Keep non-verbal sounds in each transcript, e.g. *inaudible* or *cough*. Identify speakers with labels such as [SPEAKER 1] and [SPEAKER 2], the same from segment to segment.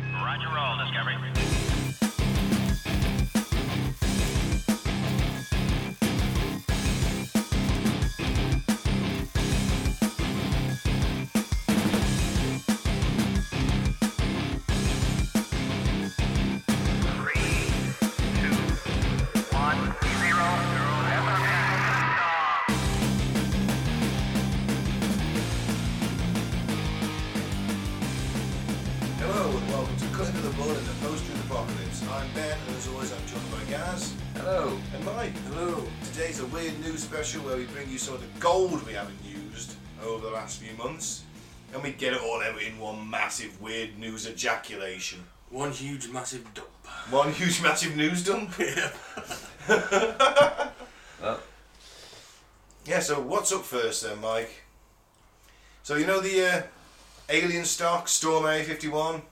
[SPEAKER 1] roll, Discovery. Three, two, one, zero, zero, FM.
[SPEAKER 2] Hello and welcome to Cutting to the Bull in the Post-Truth Apocalypse. I'm Ben and as always I'm joined by Gaz
[SPEAKER 3] Hello.
[SPEAKER 2] and Mike. Hello. Today's a weird news special where we bring you some of the gold we haven't used over the last few months and we get it all out in one massive weird news ejaculation.
[SPEAKER 3] One huge massive dump.
[SPEAKER 2] One huge massive news
[SPEAKER 3] *laughs*
[SPEAKER 2] dump. *laughs* Yeah, so what's up first then, Mike? So you know the uh, Alien Stock Storm A51?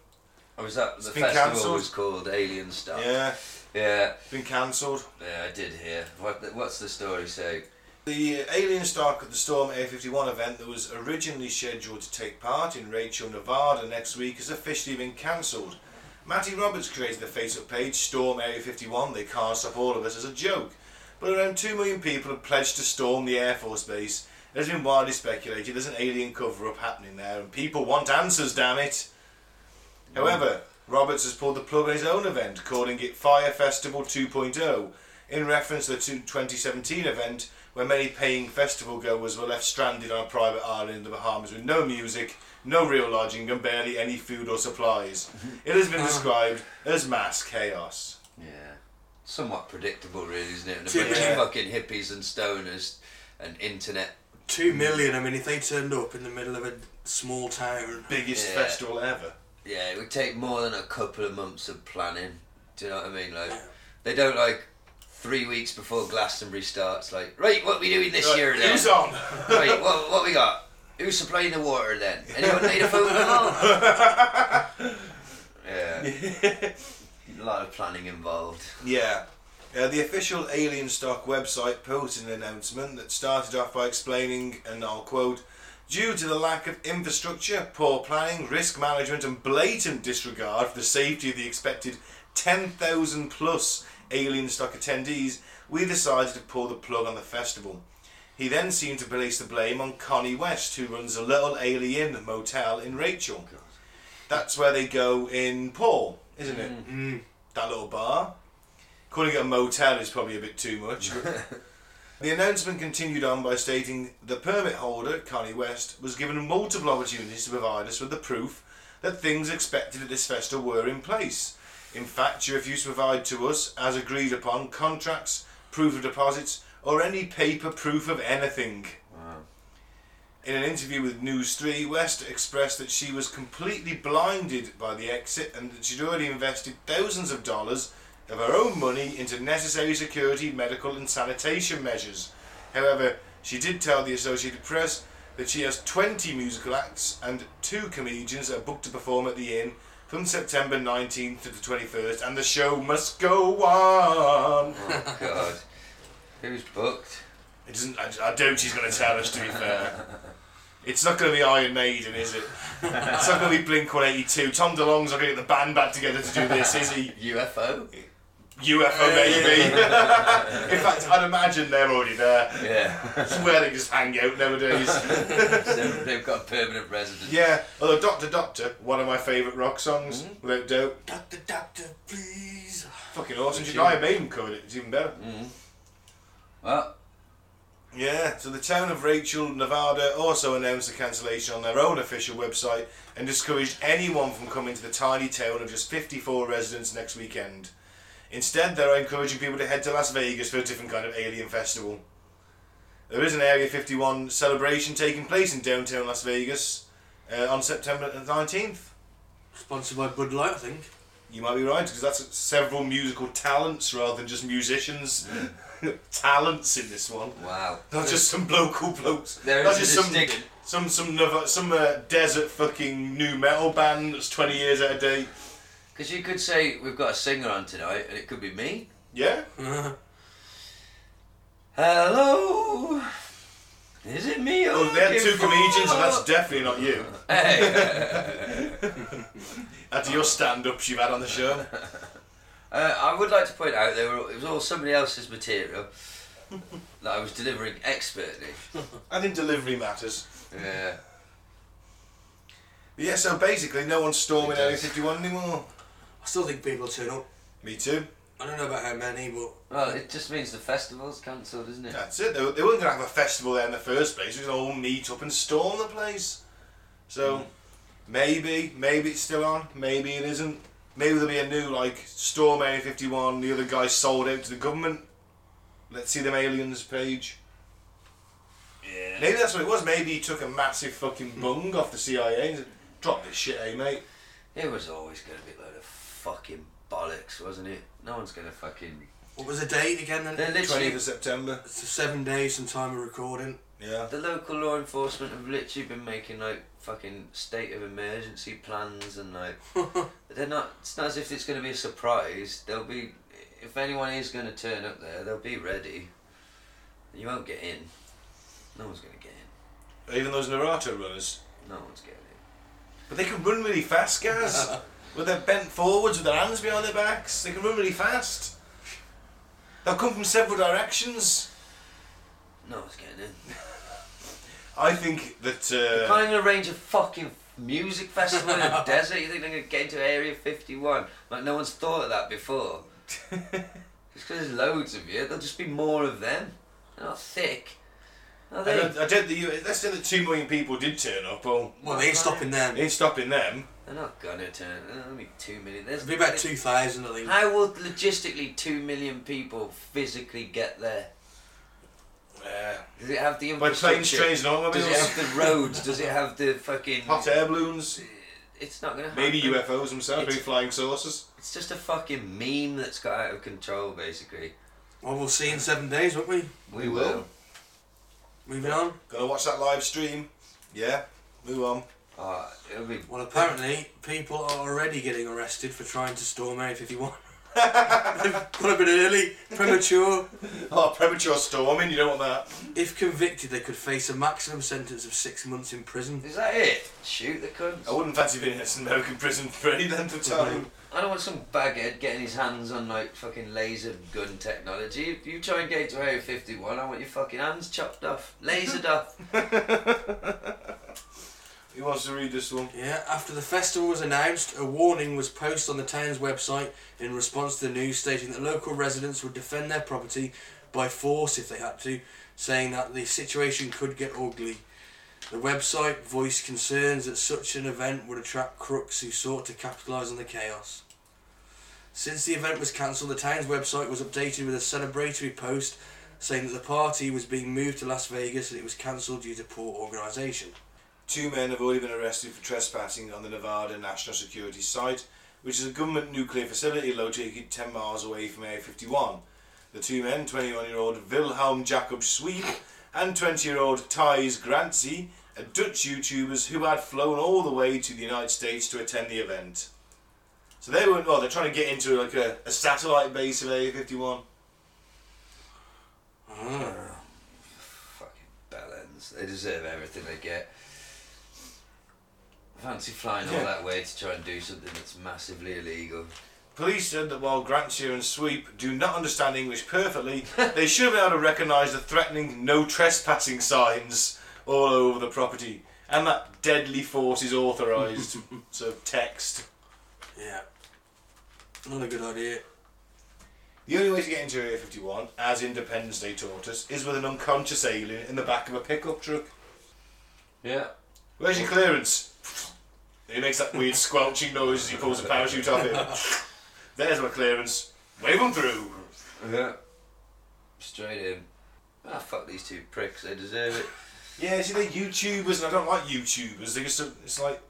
[SPEAKER 3] Oh, was that the
[SPEAKER 2] been
[SPEAKER 3] festival
[SPEAKER 2] cancelled.
[SPEAKER 3] was called Alien Stuff?
[SPEAKER 2] Yeah,
[SPEAKER 3] Yeah.
[SPEAKER 2] been cancelled.
[SPEAKER 3] Yeah, I did hear. What? The, what's the story say?
[SPEAKER 2] The Alien Stark at the Storm A51 event that was originally scheduled to take part in Rachel, Nevada next week has officially been cancelled. Matty Roberts created the Facebook page Storm A51, They Can't Stop All of Us, as a joke. But around 2 million people have pledged to storm the Air Force Base. It has been widely speculated there's an alien cover up happening there, and people want answers, damn it! However, Roberts has pulled the plug on his own event, calling it Fire Festival 2.0, in reference to the two- 2017 event where many paying festival goers were left stranded on a private island in the Bahamas with no music, no real lodging, and barely any food or supplies. It has been described as mass chaos.
[SPEAKER 3] Yeah. Somewhat predictable, really, isn't it? And a
[SPEAKER 4] Yeah.
[SPEAKER 3] bunch of fucking hippies and stoners and internet.
[SPEAKER 4] Two million. I mean, if they turned up in the middle of a small town,
[SPEAKER 2] Biggest
[SPEAKER 3] Yeah.
[SPEAKER 2] festival ever.
[SPEAKER 3] Yeah, it would take more than a couple of months of planning. Do you know what I mean? Like, they don't like three weeks before Glastonbury starts. Like, right, what we doing this year? Then?
[SPEAKER 2] Who's on?
[SPEAKER 3] *laughs* Right, what, what we got? Who's supplying the water then? Anyone need a
[SPEAKER 2] *laughs*
[SPEAKER 3] phone call? yeah. a lot of planning involved.
[SPEAKER 2] Yeah. Uh, the official Alien Stock website posted an announcement that started off by explaining, and I'll quote, Due to the lack of infrastructure, poor planning, risk management, and blatant disregard for the safety of the expected 10,000 plus Alien Stock attendees, we decided to pull the plug on the festival. He then seemed to place the blame on Connie West, who runs a little alien motel in Rachel. That's where they go in Paul, isn't it? That little bar. Calling it a motel is probably a bit too much. but- the announcement continued on by stating the permit holder, Connie West, was given multiple opportunities to provide us with the proof that things expected at this festival were in place. In fact, she refused to provide to us, as agreed upon, contracts, proof of deposits, or any paper proof of anything. In an interview with News 3, West expressed that she was completely blinded by the exit and that she'd already invested thousands of dollars of her own money into necessary security, medical, and sanitation measures. However, she did tell the Associated Press that she has 20 musical acts and two comedians that are booked to perform at the inn from September 19th to the 21st, and the show must go on.
[SPEAKER 3] Oh, God. *laughs* Who's booked?
[SPEAKER 2] It doesn't. I, I doubt she's going to tell us. To be fair, it's not going to be Iron Maiden, is it? It's not going to be Blink One Eighty Two. Tom DeLonge's not going to get the band back together to do this, is he?
[SPEAKER 3] UFO?
[SPEAKER 2] UFO maybe. In fact, I'd imagine they're already there.
[SPEAKER 3] *laughs* Yeah.
[SPEAKER 2] It's where they just hang out nowadays.
[SPEAKER 3] So They've got permanent residence.
[SPEAKER 2] Yeah. Although Doctor Doctor, one of my favourite rock songs, without doubt,
[SPEAKER 4] doctor, doctor, please.
[SPEAKER 2] fucking awesome. Did
[SPEAKER 3] Tune.
[SPEAKER 2] Iron Maiden covered it? It's even better.
[SPEAKER 3] Well,
[SPEAKER 2] Yeah, so the town of Rachel, Nevada also announced the cancellation on their own official website and discouraged anyone from coming to the tiny town of just 54 residents next weekend. Instead, they're encouraging people to head to Las Vegas for a different kind of alien festival. There is an Area 51 celebration taking place in downtown Las Vegas uh, on September 19th.
[SPEAKER 4] Sponsored by Bud Light, I think.
[SPEAKER 2] You might be right, because that's several musical talents rather than just musicians. *laughs* talents in this one.
[SPEAKER 3] wow.
[SPEAKER 2] Not just some local blokes.
[SPEAKER 3] There
[SPEAKER 2] Not
[SPEAKER 3] is a
[SPEAKER 2] just some,
[SPEAKER 3] distinction.
[SPEAKER 2] some some Neva- some uh, desert fucking new metal band that's twenty years out of date.
[SPEAKER 3] Because you could say we've got a singer on tonight and it could be me.
[SPEAKER 2] Yeah,
[SPEAKER 3] Hello? Is it me?
[SPEAKER 2] well, they're two comedians, and that's definitely not you.
[SPEAKER 3] Hey.
[SPEAKER 2] That's your stand-ups you've had on the show.
[SPEAKER 3] *laughs* Uh, I would like to point out they were, it was all somebody else's material that I was delivering expertly. *laughs*
[SPEAKER 2] I think delivery matters.
[SPEAKER 3] Yeah.
[SPEAKER 2] But yeah, so basically, no one's storming
[SPEAKER 3] It
[SPEAKER 2] Area
[SPEAKER 3] does.
[SPEAKER 2] 51 anymore.
[SPEAKER 4] I still think people turn up.
[SPEAKER 2] Me too.
[SPEAKER 4] I don't know about how many, but
[SPEAKER 3] Well, it just means the festival's cancelled, isn't it?
[SPEAKER 2] That's it. They, they weren't going to have a festival there in the first place. We was all meet up and storm the place. So
[SPEAKER 3] Hmm.
[SPEAKER 2] maybe, maybe it's still on. Maybe it isn't. Maybe there'll be a new like storm Area 51. The other guy sold out to the government. Let's see them aliens page.
[SPEAKER 3] Yeah. Hmm.
[SPEAKER 2] Maybe that's what it was. Maybe he took a massive fucking bung off the CIA and said, "Drop this shit, eh, mate."
[SPEAKER 3] It was always going to be a load of fucking bollocks, wasn't it? No one's going to fucking.
[SPEAKER 4] what was the date again? *laughs* Then
[SPEAKER 3] They're literally.
[SPEAKER 2] 20th of September.
[SPEAKER 4] It's seven days from time of recording.
[SPEAKER 2] Yeah.
[SPEAKER 3] The local law enforcement have literally been making like fucking state of emergency plans and like they're not. It's not as if it's going to be a surprise. They'll be if anyone is going to turn up there, they'll be ready. You won't get in. No one's going to get in.
[SPEAKER 2] Even those Naruto runners.
[SPEAKER 3] No one's getting in.
[SPEAKER 2] But they can run really fast, *laughs* guys. with their bent forwards, with their hands behind their backs, they can run really fast. They'll come from several directions.
[SPEAKER 3] No one's getting in.
[SPEAKER 2] I think that
[SPEAKER 3] They
[SPEAKER 2] uh,
[SPEAKER 3] can't even arrange a fucking music festival
[SPEAKER 2] *laughs*
[SPEAKER 3] in a desert. You think they're going to get into Area Fifty One? Like no one's thought of
[SPEAKER 2] *laughs*
[SPEAKER 3] that before. Just 'cause there's loads of you, there'll just be more of them. They're not thick. Are
[SPEAKER 2] I
[SPEAKER 3] they?
[SPEAKER 2] don't, I don't think you, let's say that two million people did turn up. Well,
[SPEAKER 4] Well, they ain't stopping
[SPEAKER 2] it
[SPEAKER 4] them.
[SPEAKER 2] ain't stopping them.
[SPEAKER 3] They're not gonna turn. There's only two million. There's
[SPEAKER 4] It'll be about two thousand, I think.
[SPEAKER 3] How will logistically two million people physically get there?
[SPEAKER 2] Yeah.
[SPEAKER 3] Does it have the
[SPEAKER 2] By
[SPEAKER 3] infrastructure?
[SPEAKER 2] planes, trains, and
[SPEAKER 3] Does it
[SPEAKER 2] automobiles,
[SPEAKER 3] have the roads? Does it have the fucking?
[SPEAKER 2] hot air balloons,
[SPEAKER 3] It's not gonna.
[SPEAKER 2] maybe
[SPEAKER 3] happen.
[SPEAKER 2] UFOs themselves, maybe
[SPEAKER 3] It's-
[SPEAKER 2] flying saucers.
[SPEAKER 3] It's just a fucking meme that's got out of control, basically.
[SPEAKER 4] Well, we'll see in seven days, won't we?
[SPEAKER 3] We,
[SPEAKER 2] will.
[SPEAKER 3] will.
[SPEAKER 4] Moving on.
[SPEAKER 2] Gonna watch that live stream. Yeah. Move on. *laughs*
[SPEAKER 3] Ah, it'll be.
[SPEAKER 4] Well, apparently, people are already getting arrested for trying to storm Area *laughs* 51. They've Got a bit early, premature.
[SPEAKER 2] Oh, premature storming. You don't want that.
[SPEAKER 4] If convicted, they could face a maximum sentence of six months in prison.
[SPEAKER 3] Is that it? Shoot the cunts.
[SPEAKER 2] I wouldn't fancy being in an American prison for any length of time.
[SPEAKER 3] I don't want some baghead getting his hands on like fucking laser gun technology. If you try and get into Area 51, I want your fucking hands chopped off,
[SPEAKER 2] *laughs*
[SPEAKER 3] lasered off.
[SPEAKER 2] Who wants to read this one?
[SPEAKER 4] Yeah, after the festival was announced, a warning was posted on the town's website in response to the news stating that local residents would defend their property by force if they had to, saying that the situation could get ugly. The website voiced concerns that such an event would attract crooks who sought to capitalise on the chaos. Since the event was cancelled, the town's website was updated with a celebratory post saying that the party was being moved to Las Vegas and it was cancelled due to poor organisation.
[SPEAKER 2] Two men have already been arrested for trespassing on the Nevada National Security Site, which is a government nuclear facility located 10 miles away from Area 51. The two men, 21 year old Wilhelm Jacob Sweep and 20 year old Thijs Grancy, are Dutch YouTubers who had flown all the way to the United States to attend the event. So they were, well, they're trying to get into like a, a satellite base of Area 51.
[SPEAKER 3] fucking bellends. They deserve everything they get. Fancy flying all
[SPEAKER 2] Yeah.
[SPEAKER 3] that way to try and do something that's massively illegal.
[SPEAKER 2] Police said that while Grantier and Sweep do not understand English *laughs* perfectly, they should have been able to recognise the threatening no trespassing signs all over the property. And that deadly force is *laughs* authorised. so text.
[SPEAKER 4] Yeah. Not a good *laughs* idea.
[SPEAKER 2] The only way to get into Area 51, as Independence Day taught us, is with an unconscious alien in the back of a pickup truck.
[SPEAKER 3] Yeah.
[SPEAKER 2] Where's your clearance? He makes that weird squelching noise as he pulls a parachute off him. *laughs* There's my clearance. Wave them through.
[SPEAKER 3] Yeah. Straight in. Ah, fuck these two pricks. They deserve it.
[SPEAKER 2] Yeah, see, they're YouTubers, and I don't like YouTubers. They just, it's like,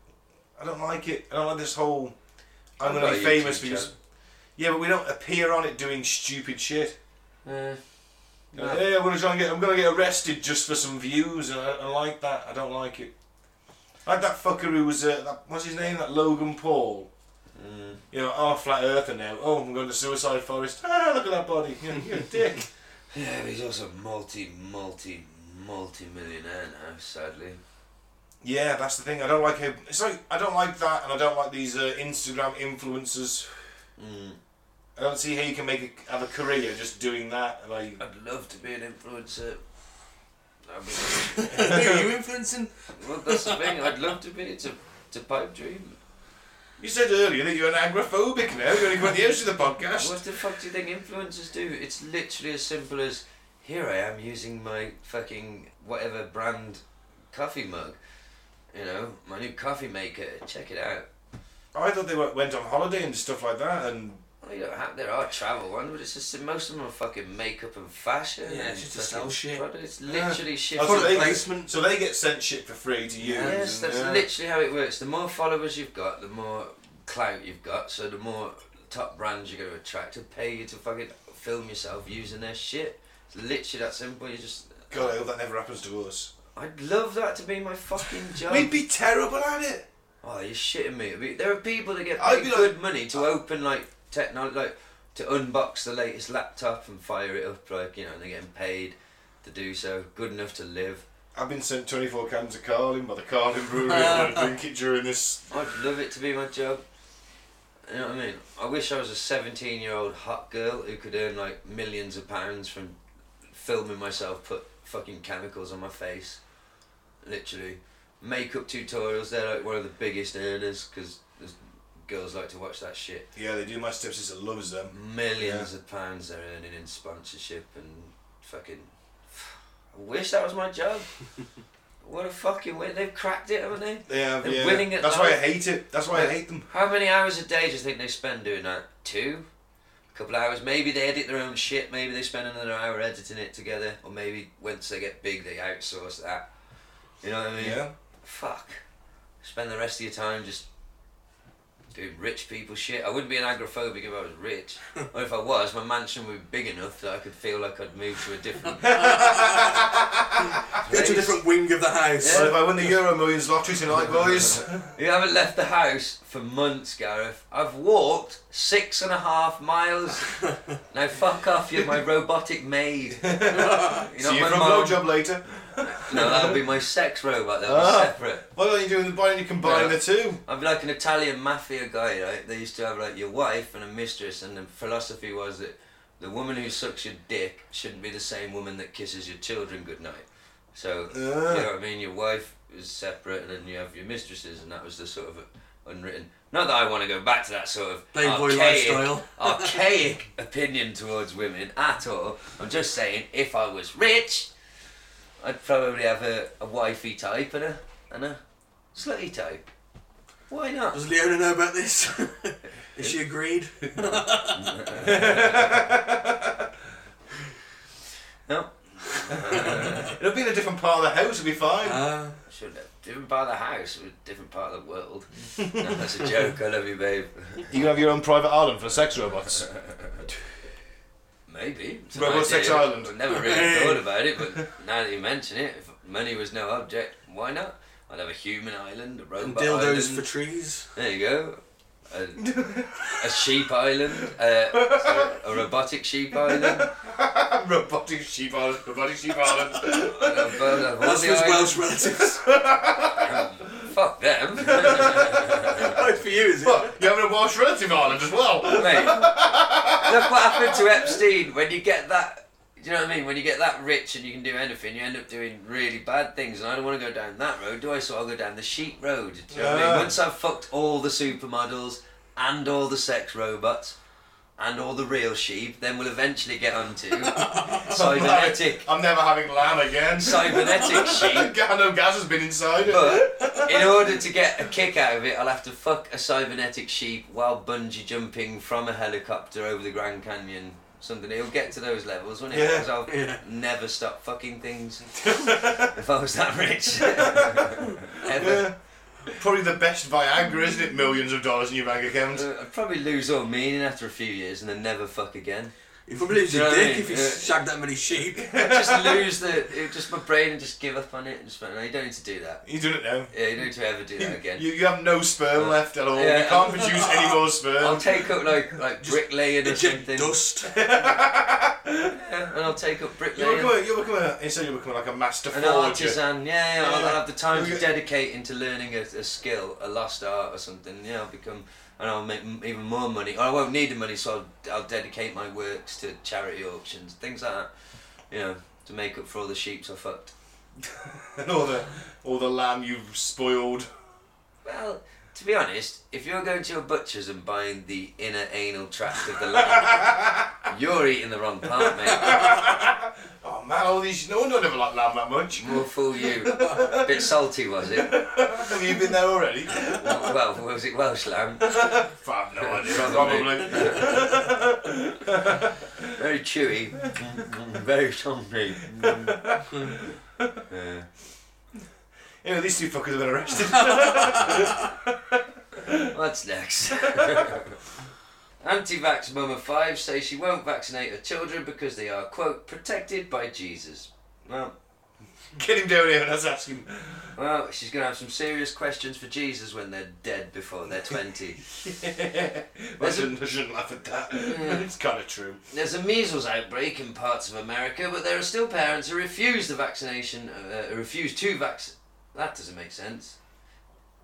[SPEAKER 2] I don't like it. I don't like this whole. I'm
[SPEAKER 3] I've
[SPEAKER 2] gonna
[SPEAKER 3] got
[SPEAKER 2] be
[SPEAKER 3] a
[SPEAKER 2] famous
[SPEAKER 3] YouTube
[SPEAKER 2] because.
[SPEAKER 3] channel.
[SPEAKER 2] Yeah, but we don't appear on it doing stupid shit.
[SPEAKER 3] Uh,
[SPEAKER 2] Yeah, I'm gonna try and get. I'm gonna get arrested just for some views, and I, I like that. I don't like it. I like that fucker who was uh, that, what's his name? That Logan Paul.
[SPEAKER 3] mm,
[SPEAKER 2] You know, oh, flat earther now. Oh, I'm going to suicide forest. *laughs* Ah, look at that body. You're, you're a dick.
[SPEAKER 3] yeah, but he's also multi, multi, multi millionaire now, sadly.
[SPEAKER 2] Yeah, that's the thing. I don't like how it's like. I don't like that, and I don't like these uh, Instagram influencers.
[SPEAKER 3] Mm.
[SPEAKER 2] I don't see how you can make a, have a career just doing that. Like,
[SPEAKER 3] I'd love to be an influencer. I
[SPEAKER 4] Who
[SPEAKER 3] mean,
[SPEAKER 4] are you influencing?
[SPEAKER 3] well, that's the thing. I'd love to be. It's a, it's a pipe dream.
[SPEAKER 2] you said earlier that you're an agoraphobic now. You only come at the edge of the podcast.
[SPEAKER 3] What the fuck do you think influencers do? It's literally as simple as here I am using my fucking whatever brand coffee mug. You know, my new coffee maker. Check it out.
[SPEAKER 2] I thought they went went on holiday and stuff like that, and
[SPEAKER 3] Well, you don't have, there are travel ones, but it's just that most of them are fucking makeup and fashion.
[SPEAKER 4] Yeah,
[SPEAKER 3] and
[SPEAKER 4] it's just to sell
[SPEAKER 3] fucking
[SPEAKER 4] shit.
[SPEAKER 3] products. It's literally shit.
[SPEAKER 2] Oh, so
[SPEAKER 4] Product
[SPEAKER 2] they,
[SPEAKER 4] placement.
[SPEAKER 2] So they get sent shit for free to use.
[SPEAKER 3] Yes,
[SPEAKER 2] and-
[SPEAKER 3] that's
[SPEAKER 2] yeah.
[SPEAKER 3] literally how it works. The more followers you've got, the more clout you've got, so the more top brands you're going to attract to pay you to fucking film yourself using their shit. It's literally that simple. You just.
[SPEAKER 2] God, I hope that never happens to us.
[SPEAKER 3] I'd love that to be
[SPEAKER 2] *laughs*
[SPEAKER 3] my fucking job.
[SPEAKER 2] We'd be terrible at it.
[SPEAKER 3] oh, you're shitting me. I mean, There are people that get
[SPEAKER 2] I'd
[SPEAKER 3] paid
[SPEAKER 2] be
[SPEAKER 3] good money to open like technology, like to unbox the latest laptop and fire it up, like you know, and they're getting paid to do so. Good enough to live.
[SPEAKER 2] I've been sent 24 cans of Carlin by the Carlin Brewery. I'm going
[SPEAKER 3] *laughs*
[SPEAKER 2] to drink it during this.
[SPEAKER 3] I'd love it to be my job. You know what I mean? I wish I was a 17 year old hot girl who could earn like millions of pounds from filming myself put fucking chemicals on my face. Literally. Makeup tutorials, they're like one of the biggest earners because girls like to watch that shit.
[SPEAKER 2] Yeah, they do. My stepsister loves them.
[SPEAKER 3] Millions of pounds they're earning in sponsorship and fucking. *sighs* I wish that was my job. what a fucking win. They've cracked it, haven't they?
[SPEAKER 2] They have,
[SPEAKER 3] They're
[SPEAKER 2] yeah.
[SPEAKER 3] winning at
[SPEAKER 2] That's why I
[SPEAKER 3] life.
[SPEAKER 2] hate it. That's why I hate them.
[SPEAKER 3] How many hours a day do you think they spend doing that? Two? A couple of hours. Maybe they edit their own shit. Maybe they spend another hour editing it together. Or maybe once they get big, they outsource that. You know what I mean?
[SPEAKER 2] Yeah.
[SPEAKER 3] Fuck. Spend the rest of your time just doing rich people shit. I wouldn't be an agoraphobic if I was
[SPEAKER 4] *laughs*
[SPEAKER 3] rich. or if I was, my mansion would be big enough that I could feel like I'd move to a different. *laughs*
[SPEAKER 4] *laughs* Go to a different wing of the house.
[SPEAKER 2] Well, if I win the Euro Millions lottery tonight, boys.
[SPEAKER 3] *laughs* You haven't left the house for months, Gareth. I've walked six and a half miles. now fuck off, you're my robotic maid. You're not
[SPEAKER 2] See you
[SPEAKER 3] my
[SPEAKER 2] for a
[SPEAKER 3] mum.
[SPEAKER 2] blowjob later.
[SPEAKER 3] No, that'll be my sex robot. That'll
[SPEAKER 2] Ah.
[SPEAKER 3] be separate.
[SPEAKER 2] Why don't you do the buying? You combine
[SPEAKER 3] Yeah.
[SPEAKER 2] the two.
[SPEAKER 3] I'd be like an Italian mafia guy, right? They used to have like your wife and a mistress, and the philosophy was that the woman who sucks your dick shouldn't be the same woman that kisses your children goodnight. So you know
[SPEAKER 4] Ah.
[SPEAKER 3] what I mean. Your wife is separate, and then you have your mistresses, and that was the sort of unwritten. Not that I want to go back to that sort of
[SPEAKER 4] Playboy
[SPEAKER 3] archaic,
[SPEAKER 4] lifestyle.
[SPEAKER 3] archaic opinion towards women at all. I'm just saying, if I was rich, I'd probably have a, a wifey type and a and a slutty type. Why not?
[SPEAKER 4] Does Leona know about this? *laughs* Is she agreed?
[SPEAKER 3] No.
[SPEAKER 2] It'll be in a different part of the house. It'll be fine.
[SPEAKER 4] *laughs* Uh,
[SPEAKER 3] Should have. Different part of the house, with different part of the
[SPEAKER 4] *laughs*
[SPEAKER 3] world. No, that's a joke. I love you, babe.
[SPEAKER 2] You can have your own private island for sex *laughs* robots.
[SPEAKER 3] Maybe. It's an
[SPEAKER 2] Robot Sex
[SPEAKER 3] idea.
[SPEAKER 2] Island.
[SPEAKER 3] I've
[SPEAKER 2] *laughs*
[SPEAKER 3] never really thought about it, but now that you mention it, if money was no object, why not? I'd have a human island, a
[SPEAKER 4] and
[SPEAKER 3] robot
[SPEAKER 4] dildos
[SPEAKER 3] island.
[SPEAKER 4] for trees.
[SPEAKER 3] there you go. A, a sheep island, uh, so a robotic sheep island.
[SPEAKER 2] robotic sheep island. Robotic sheep island.
[SPEAKER 3] I'd have- I'd have all
[SPEAKER 4] That's
[SPEAKER 3] the
[SPEAKER 4] his
[SPEAKER 3] islands.
[SPEAKER 4] Welsh *laughs* relatives.
[SPEAKER 3] Fuck them. *laughs*
[SPEAKER 4] Oh, for you, is it?
[SPEAKER 2] What? You're having a Welsh relative island as well.
[SPEAKER 3] Mate, look what happened to Epstein when you get that. Do you know what I mean? When you get that rich and you can do anything, you end up doing really bad things. And I don't want to go down that road, do I? So I'll go down the sheep road. Do you know what I
[SPEAKER 2] Yeah.
[SPEAKER 3] mean? Once I've fucked all the supermodels and all the sex robots and all the real sheep, then we'll eventually get onto cybernetic,
[SPEAKER 2] I'm never having lamb again. *laughs*
[SPEAKER 3] cybernetic sheep.
[SPEAKER 2] no gas has been inside.
[SPEAKER 3] But in order to get a kick out of it, I'll have to fuck a cybernetic sheep while bungee jumping from a helicopter over the Grand Canyon. Something it'll get to those levels, won't it?
[SPEAKER 2] Yeah,
[SPEAKER 3] Because I'll
[SPEAKER 4] yeah.
[SPEAKER 3] never stop
[SPEAKER 2] *laughs*
[SPEAKER 3] fucking things if I was that rich.
[SPEAKER 2] Yeah.
[SPEAKER 3] Ever.
[SPEAKER 2] Probably the best Viagra, isn't it? Millions of dollars in your bank account.
[SPEAKER 3] Uh, I'd probably lose all meaning after a few years and then never fuck again.
[SPEAKER 4] He probably lose
[SPEAKER 3] Do you
[SPEAKER 4] his
[SPEAKER 3] know what I
[SPEAKER 4] dick
[SPEAKER 3] mean?
[SPEAKER 4] if he
[SPEAKER 3] Yeah.
[SPEAKER 4] shagged that many *laughs* sheep.
[SPEAKER 3] just lose the it, just my brain and just give up on it and just went, no, you don't need to do that.
[SPEAKER 2] You do it now.
[SPEAKER 3] Yeah, you don't need to ever do that
[SPEAKER 2] *laughs*
[SPEAKER 3] again.
[SPEAKER 2] You, you have no sperm left at all.
[SPEAKER 3] Yeah.
[SPEAKER 2] You can't produce any more sperm.
[SPEAKER 3] I'll take up like like bricklaying or
[SPEAKER 4] Eject
[SPEAKER 3] something,
[SPEAKER 4] dust. *laughs*
[SPEAKER 3] Yeah, and I'll take
[SPEAKER 2] You'll
[SPEAKER 3] up bricklaying.
[SPEAKER 2] become, a, you'll become a, instead you'll become like a master
[SPEAKER 3] An
[SPEAKER 2] forger.
[SPEAKER 3] artisan, yeah, yeah, I'll
[SPEAKER 2] Yeah.
[SPEAKER 3] have the time
[SPEAKER 2] You'll
[SPEAKER 3] to
[SPEAKER 2] get-
[SPEAKER 3] dedicate into learning a, a skill, a lost art or something. Yeah, I'll become, and I'll make m- even more money. Or I won't need the money, so I'll, I'll dedicate my works to charity auctions, things like that. You know, to make up for all the sheeps I fucked.
[SPEAKER 2] and all the all the lamb you've spoiled.
[SPEAKER 3] Well, to be honest, if you're going to a butcher's and buying the inner anal tract of the lamb, *laughs* you're eating the wrong part, mate.
[SPEAKER 2] Oh man, all these no one ever liked lamb that much.
[SPEAKER 3] We'll fool you. bit salty, was it?
[SPEAKER 2] have you been there already?
[SPEAKER 3] Well, was it Welsh lamb?
[SPEAKER 2] I have no idea.
[SPEAKER 3] Probably.
[SPEAKER 2] Probably.
[SPEAKER 3] Very chewy, very chunky. Yeah.
[SPEAKER 2] you know, these two fuckers have been arrested. *laughs*
[SPEAKER 3] What's next? *laughs* Anti-vax mama five says she won't vaccinate her children because they are quote protected by Jesus. Well,
[SPEAKER 2] Get him down here and let's ask him. *laughs*
[SPEAKER 3] well, she's gonna have some serious questions for Jesus when they're dead before they're twenty.
[SPEAKER 2] I
[SPEAKER 3] There's a-
[SPEAKER 2] shouldn't, I shouldn't laugh at that. it's kind of true.
[SPEAKER 3] There's a measles outbreak in parts of America, but there are still parents who refuse the vaccination, uh, who refuse to vaccinate. That doesn't make sense.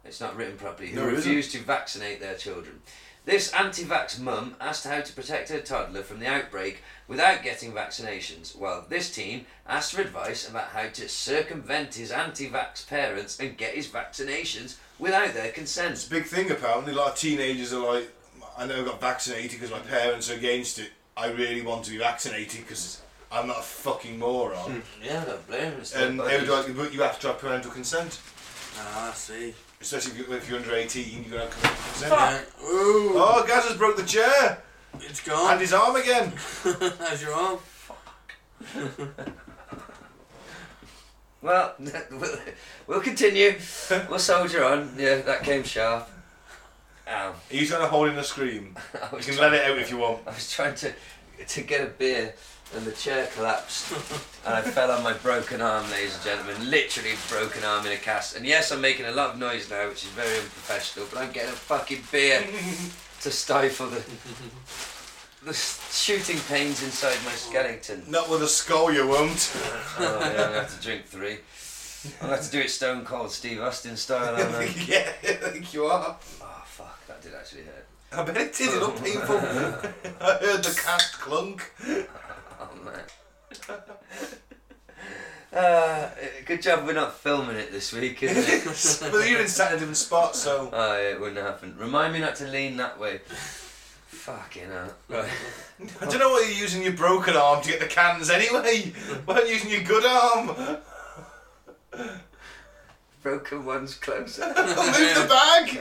[SPEAKER 3] It's not written properly. Who
[SPEAKER 2] No, it isn't.
[SPEAKER 3] refuse to vaccinate their children. This anti vax mum asked how to protect her toddler from the outbreak without getting vaccinations, while this teen asked for advice about how to circumvent his anti vax parents and get his vaccinations without their consent.
[SPEAKER 2] It's a big thing apparently. A lot of teenagers are like, I never got vaccinated because my parents are against it. I really want to be vaccinated because I'm not a fucking moron.
[SPEAKER 3] Yeah, I don't blame them. It's their
[SPEAKER 2] and
[SPEAKER 3] bodies.
[SPEAKER 2] how do I, but you have to have parental consent.
[SPEAKER 4] ah, I see.
[SPEAKER 2] Especially if you- if you're under 18, you're going to have parental consent.
[SPEAKER 4] Yeah. Ooh,
[SPEAKER 2] Oh, Gaz has broke the chair
[SPEAKER 4] it's
[SPEAKER 2] and
[SPEAKER 4] gone.
[SPEAKER 2] his arm again.
[SPEAKER 4] How's your *laughs* arm?
[SPEAKER 3] Well, *laughs* we'll- we'll continue. We'll soldier on. Yeah, that came sharp. Ow.
[SPEAKER 2] Are you trying to hold in a scream?
[SPEAKER 3] I
[SPEAKER 2] You
[SPEAKER 3] was,
[SPEAKER 2] can
[SPEAKER 3] try-
[SPEAKER 2] let it out if you want.
[SPEAKER 3] I was trying to, to get a beer and the chair collapsed and I fell on my broken arm, ladies and gentlemen. Literally broken arm in a cast. And yes, I'm making a lot of noise now, which is very unprofessional, but I'm getting a fucking beer to stifle the, the shooting pains inside my skeleton.
[SPEAKER 2] *laughs* Not with a skull, you won't.
[SPEAKER 3] Oh, yeah, I'm going to have to drink three. I'm going to have to do it stone cold Steve Austin style, aren't I?
[SPEAKER 2] *laughs* yeah, I think you are.
[SPEAKER 3] Oh fuck, that did actually hurt.
[SPEAKER 2] I bet it did, it looked painful. I heard the cast *laughs* clunk.
[SPEAKER 3] Oh man. *laughs* Uh, good job we're not filming it this
[SPEAKER 2] *laughs*
[SPEAKER 3] week, isn't it?
[SPEAKER 2] But you're in sat in a different spot, so.
[SPEAKER 3] oh, yeah, it wouldn't happen. Remind me not to lean that way. Fucking hell. Right.
[SPEAKER 2] I don't know why you're using your broken arm to get the cans anyway. Why are you using your good arm?
[SPEAKER 3] Broken one's closer. Uh,
[SPEAKER 2] Move the bag!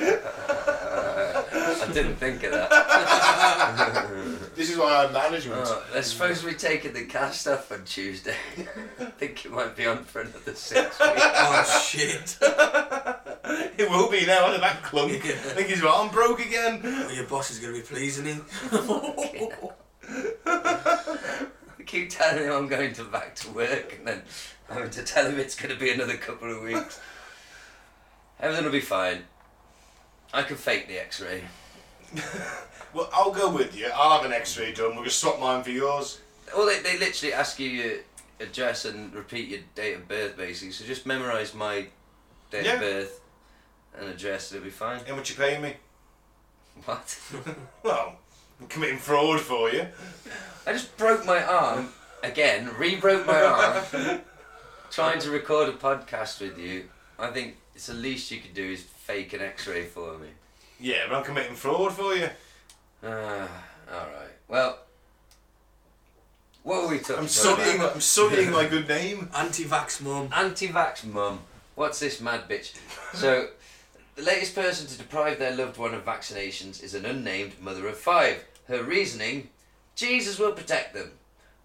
[SPEAKER 3] I didn't think of that.
[SPEAKER 2] This is why I'm management.
[SPEAKER 3] Oh, they're supposed to be taking the cast off on Tuesday. *laughs* I think it might be on for another six weeks.
[SPEAKER 4] Oh shit!
[SPEAKER 2] *laughs* It will be now, look at that *laughs* clunk. I think his arm broke again.
[SPEAKER 4] Well, your boss is gonna be pleasing him. *laughs*
[SPEAKER 3] I keep telling him I'm going to back to work and then having to tell him it's going to be another couple of weeks. Everything will be fine. I can fake the x ray.
[SPEAKER 2] Well, I'll go with you. I'll have an x ray done. We'll just swap mine for yours.
[SPEAKER 3] Well, they, they literally ask you your address and repeat your date of birth, basically. So just memorise my date
[SPEAKER 2] Yeah.
[SPEAKER 3] of birth and address, and it'll be fine. *laughs*
[SPEAKER 2] How much you paying me?
[SPEAKER 3] What?
[SPEAKER 2] Well, I'm committing fraud for you.
[SPEAKER 3] I just broke my arm again, re broke my arm, trying to record a podcast with you. I think it's the least you could do is fake an x ray for me.
[SPEAKER 2] Yeah, but I'm committing fraud for you.
[SPEAKER 3] Ah, all right. Well, what were we talking
[SPEAKER 2] I'm
[SPEAKER 3] about?
[SPEAKER 2] sunning, I'm sunning my good name.
[SPEAKER 4] Anti-vax mum.
[SPEAKER 3] Anti-vax mum. What's this mad bitch? So, the latest person to deprive their loved one of vaccinations is an unnamed mother of five. Her reasoning: Jesus will protect them.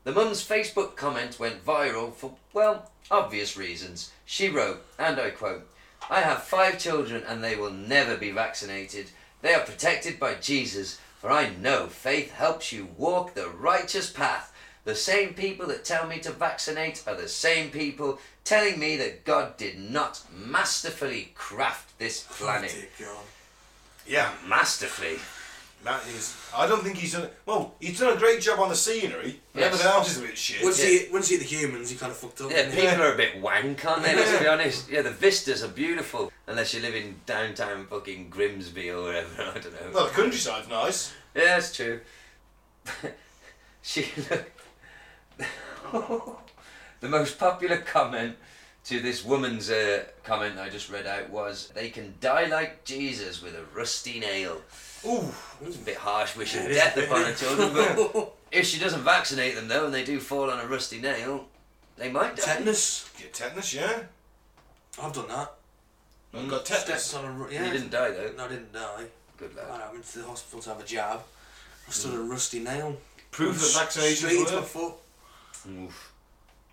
[SPEAKER 3] The mum's Facebook comment went viral for, well, obvious reasons. She wrote, and I quote, I have five children and they will never be vaccinated. They are protected by Jesus. For I know faith helps you walk the righteous path. The same people that tell me to vaccinate are the same people telling me that God did not masterfully craft this planet.
[SPEAKER 4] Dear God.
[SPEAKER 2] Yeah,
[SPEAKER 3] Masterfully.
[SPEAKER 2] Matt is. I don't think he's done. Well, he's done a great job on the scenery. but
[SPEAKER 3] Yes.
[SPEAKER 2] Everything else is a bit shit.
[SPEAKER 4] Once,
[SPEAKER 3] Yeah.
[SPEAKER 4] you once you hit the humans, you kind of fucked up. *laughs*
[SPEAKER 3] Yeah,
[SPEAKER 4] didn't you?
[SPEAKER 3] people are a bit wank, aren't they? Let's be honest. Yeah, the vistas are beautiful, unless you live in downtown fucking Grimsby or wherever. *laughs* I don't know.
[SPEAKER 2] well, the countryside's nice.
[SPEAKER 3] yeah, that's true. *laughs* she *laughs* the most popular comment to this woman's uh, comment I just read out was, "They can die like Jesus with a rusty nail."
[SPEAKER 2] Ooh,
[SPEAKER 3] It's a bit harsh wishing
[SPEAKER 4] It is
[SPEAKER 3] death
[SPEAKER 4] a bit.
[SPEAKER 3] upon her children, but if she doesn't vaccinate them though, and they do fall on a rusty nail, they might die.
[SPEAKER 4] Tetanus.
[SPEAKER 2] get tetanus, yeah.
[SPEAKER 4] I've done that.
[SPEAKER 2] I've got tetanus.
[SPEAKER 4] Stepped on a ru-
[SPEAKER 3] You
[SPEAKER 4] yeah.
[SPEAKER 3] didn't die though.
[SPEAKER 4] No, I didn't die.
[SPEAKER 3] Good
[SPEAKER 4] I
[SPEAKER 3] lad.
[SPEAKER 4] know, I went to the hospital to have a jab. I
[SPEAKER 3] Mm.
[SPEAKER 4] stood a rusty nail.
[SPEAKER 2] Proof that
[SPEAKER 4] Straight
[SPEAKER 2] vaccinations
[SPEAKER 4] into my
[SPEAKER 2] work.
[SPEAKER 4] foot.
[SPEAKER 3] Oof.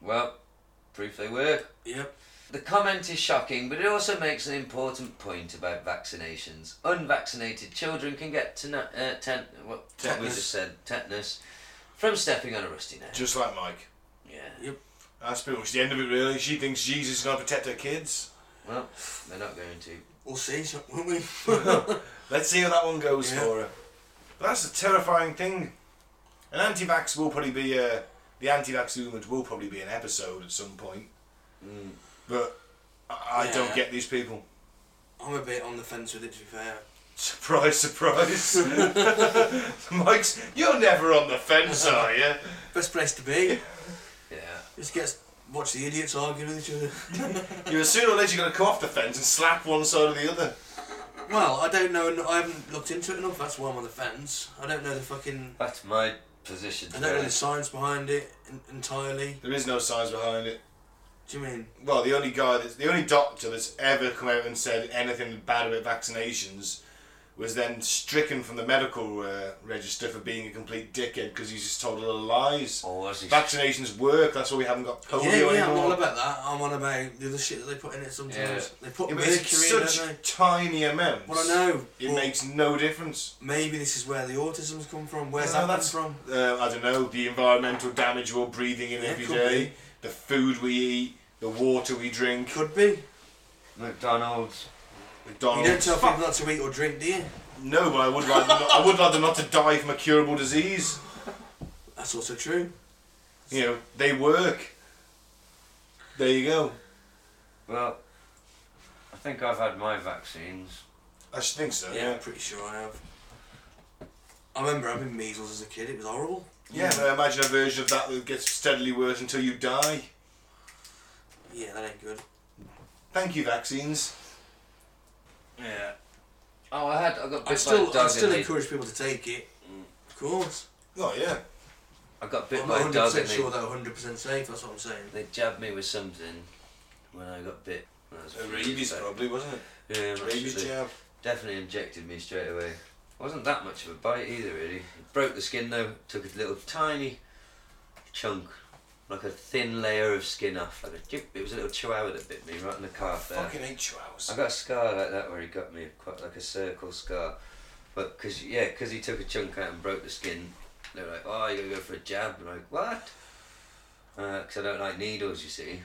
[SPEAKER 3] Well, proof they work.
[SPEAKER 4] Yep.
[SPEAKER 3] The comment is shocking, but it also makes an important point about vaccinations. Unvaccinated children can get tena- uh, ten- what, what we
[SPEAKER 2] Tetanus.
[SPEAKER 3] just said, tetanus, from stepping on a rusty nail.
[SPEAKER 2] Just like Mike.
[SPEAKER 3] Yeah.
[SPEAKER 2] That's pretty much the end of it, really. She thinks Jesus is going to protect her kids.
[SPEAKER 3] Well, they're not going to.
[SPEAKER 4] We'll see, shan't-
[SPEAKER 2] *laughs*
[SPEAKER 4] won't we? *laughs*
[SPEAKER 2] Let's see how that one goes
[SPEAKER 4] Yeah.
[SPEAKER 2] for her. But that's a terrifying thing. An anti-vax will probably be uh, the anti-vax movement will probably be an episode at some point. But I, I
[SPEAKER 4] Yeah.
[SPEAKER 2] don't get these people. *laughs*
[SPEAKER 4] I'm a bit on the fence with it, to be fair.
[SPEAKER 2] Surprise, surprise. *laughs* Mike's, you're never on the fence, are you?
[SPEAKER 4] Best place to be.
[SPEAKER 3] Yeah.
[SPEAKER 4] Just gets watch the idiots arguing with each other. *laughs*
[SPEAKER 2] You're sooner or later going to come off the fence and slap one side or the other.
[SPEAKER 4] Well, I don't know. en- I haven't looked into it enough. That's why I'm on the fence. I don't know the fucking.
[SPEAKER 3] That's my position.
[SPEAKER 4] I don't know
[SPEAKER 3] today.
[SPEAKER 4] the science behind it en- entirely.
[SPEAKER 2] There is no science behind it.
[SPEAKER 4] Do you mean?
[SPEAKER 2] Well, the only guy that's the only doctor that's ever come out and said anything bad about vaccinations was then stricken from the medical uh, register for being a complete dickhead because he's just told a lot of lies.
[SPEAKER 3] Or was he?
[SPEAKER 2] Vaccinations work. That's why we haven't got polio
[SPEAKER 4] Oh, yeah, yeah, I'm
[SPEAKER 2] anymore.
[SPEAKER 4] all about that. I'm on about the other shit that they put in it sometimes. They put
[SPEAKER 2] Yeah, but
[SPEAKER 4] mercury
[SPEAKER 2] it's
[SPEAKER 4] in,
[SPEAKER 2] such
[SPEAKER 4] don't they?
[SPEAKER 2] tiny amounts.
[SPEAKER 4] Well, I know.
[SPEAKER 2] It
[SPEAKER 4] but
[SPEAKER 2] makes no difference.
[SPEAKER 4] Maybe this is where the autism's come from. Where's
[SPEAKER 2] No,
[SPEAKER 4] that
[SPEAKER 2] that's-
[SPEAKER 4] come from?
[SPEAKER 2] uh, I don't know, the environmental damage we're breathing in
[SPEAKER 4] Yeah,
[SPEAKER 2] every
[SPEAKER 4] could
[SPEAKER 2] day,
[SPEAKER 4] be.
[SPEAKER 2] the food we eat, the water we drink.
[SPEAKER 4] Could be.
[SPEAKER 3] McDonald's.
[SPEAKER 4] You
[SPEAKER 2] McDonald's.
[SPEAKER 4] don't tell people not to eat or drink, do you?
[SPEAKER 2] No, but I would like them not, I would like them not to die from a curable disease.
[SPEAKER 4] That's also true.
[SPEAKER 2] You know, they work. There you go.
[SPEAKER 3] Well, I think I've had my vaccines.
[SPEAKER 2] I should think so.
[SPEAKER 4] Yeah,
[SPEAKER 2] Yeah.
[SPEAKER 4] I'm pretty sure I have. I remember having measles as a kid. It was horrible.
[SPEAKER 2] Yeah. but imagine a version of that that gets steadily worse until you die.
[SPEAKER 4] Yeah, that ain't good.
[SPEAKER 2] Thank you, vaccines.
[SPEAKER 3] Yeah. Oh, I had. I got bit
[SPEAKER 4] I
[SPEAKER 3] by a
[SPEAKER 4] still,
[SPEAKER 3] dog.
[SPEAKER 4] I still
[SPEAKER 3] and they-
[SPEAKER 4] encourage people to take it. Of course.
[SPEAKER 2] Oh yeah.
[SPEAKER 3] I got Mm. bit
[SPEAKER 4] I'm
[SPEAKER 3] by
[SPEAKER 4] not
[SPEAKER 3] a dog.
[SPEAKER 4] 100%
[SPEAKER 3] and they-
[SPEAKER 4] sure they're 100% safe. That's what I'm saying.
[SPEAKER 3] They jabbed me with something when I got bit. When I was a few years
[SPEAKER 2] Rabies
[SPEAKER 3] back.
[SPEAKER 2] probably wasn't it?
[SPEAKER 3] Yeah,
[SPEAKER 2] Rabies
[SPEAKER 3] actually.
[SPEAKER 2] jab.
[SPEAKER 3] definitely injected me straight away. Wasn't that much of a bite either, really. It broke the skin though. Took a little tiny chunk, like a thin layer of skin off. Like a, chip- it was a little chihuahua that bit me right in the calf there.
[SPEAKER 2] Fucking eight hours.
[SPEAKER 3] I got a scar like that where he got me, quite like a circle scar. But cause yeah, cause he took a chunk out and broke the skin. They were like, "Oh, you gotta go for a jab." I'm like, "What?" Because I don't like needles, you see.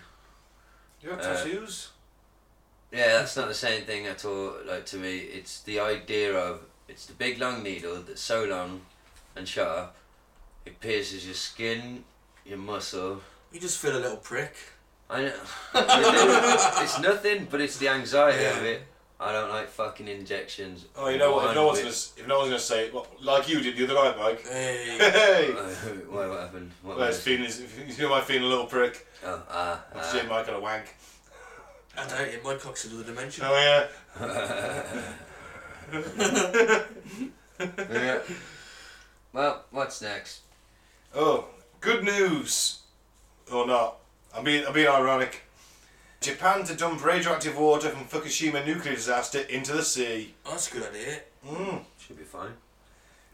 [SPEAKER 2] You have
[SPEAKER 3] Uh,
[SPEAKER 2] tattoos?
[SPEAKER 3] Yeah, that's not the same thing at all. Like to me, it's the idea of it's the big long needle that's so long and sharp, it pierces your skin, your muscle.
[SPEAKER 4] You just feel a little *laughs* prick.
[SPEAKER 3] I know *laughs* it's nothing, but it's the anxiety of
[SPEAKER 4] Yeah.
[SPEAKER 3] it. I don't like fucking injections.
[SPEAKER 2] Oh, you know what? If no
[SPEAKER 3] One
[SPEAKER 2] one's
[SPEAKER 3] bit-
[SPEAKER 2] gonna, s- if no one's gonna say, it, well, like you did the other night,
[SPEAKER 4] *laughs*
[SPEAKER 2] Mike.
[SPEAKER 4] Hey.
[SPEAKER 2] Hey.
[SPEAKER 3] Uh, Why? What happened? What
[SPEAKER 2] Well, it's
[SPEAKER 3] was-
[SPEAKER 2] feeling, it's- you know, my feeling a little prick.
[SPEAKER 3] Oh, ah,
[SPEAKER 2] I'm seeing Mike on a wank.
[SPEAKER 4] I doubt it. My cock's another dimension.
[SPEAKER 2] Oh yeah.
[SPEAKER 3] ah. Yeah. *laughs* Well, what's next?
[SPEAKER 2] Oh, good news, or not? I'm being, I'm being ironic. Japan to dump radioactive water from Fukushima nuclear disaster into the sea.
[SPEAKER 4] Oh, that's a good idea.
[SPEAKER 2] Mm.
[SPEAKER 3] Should be fine.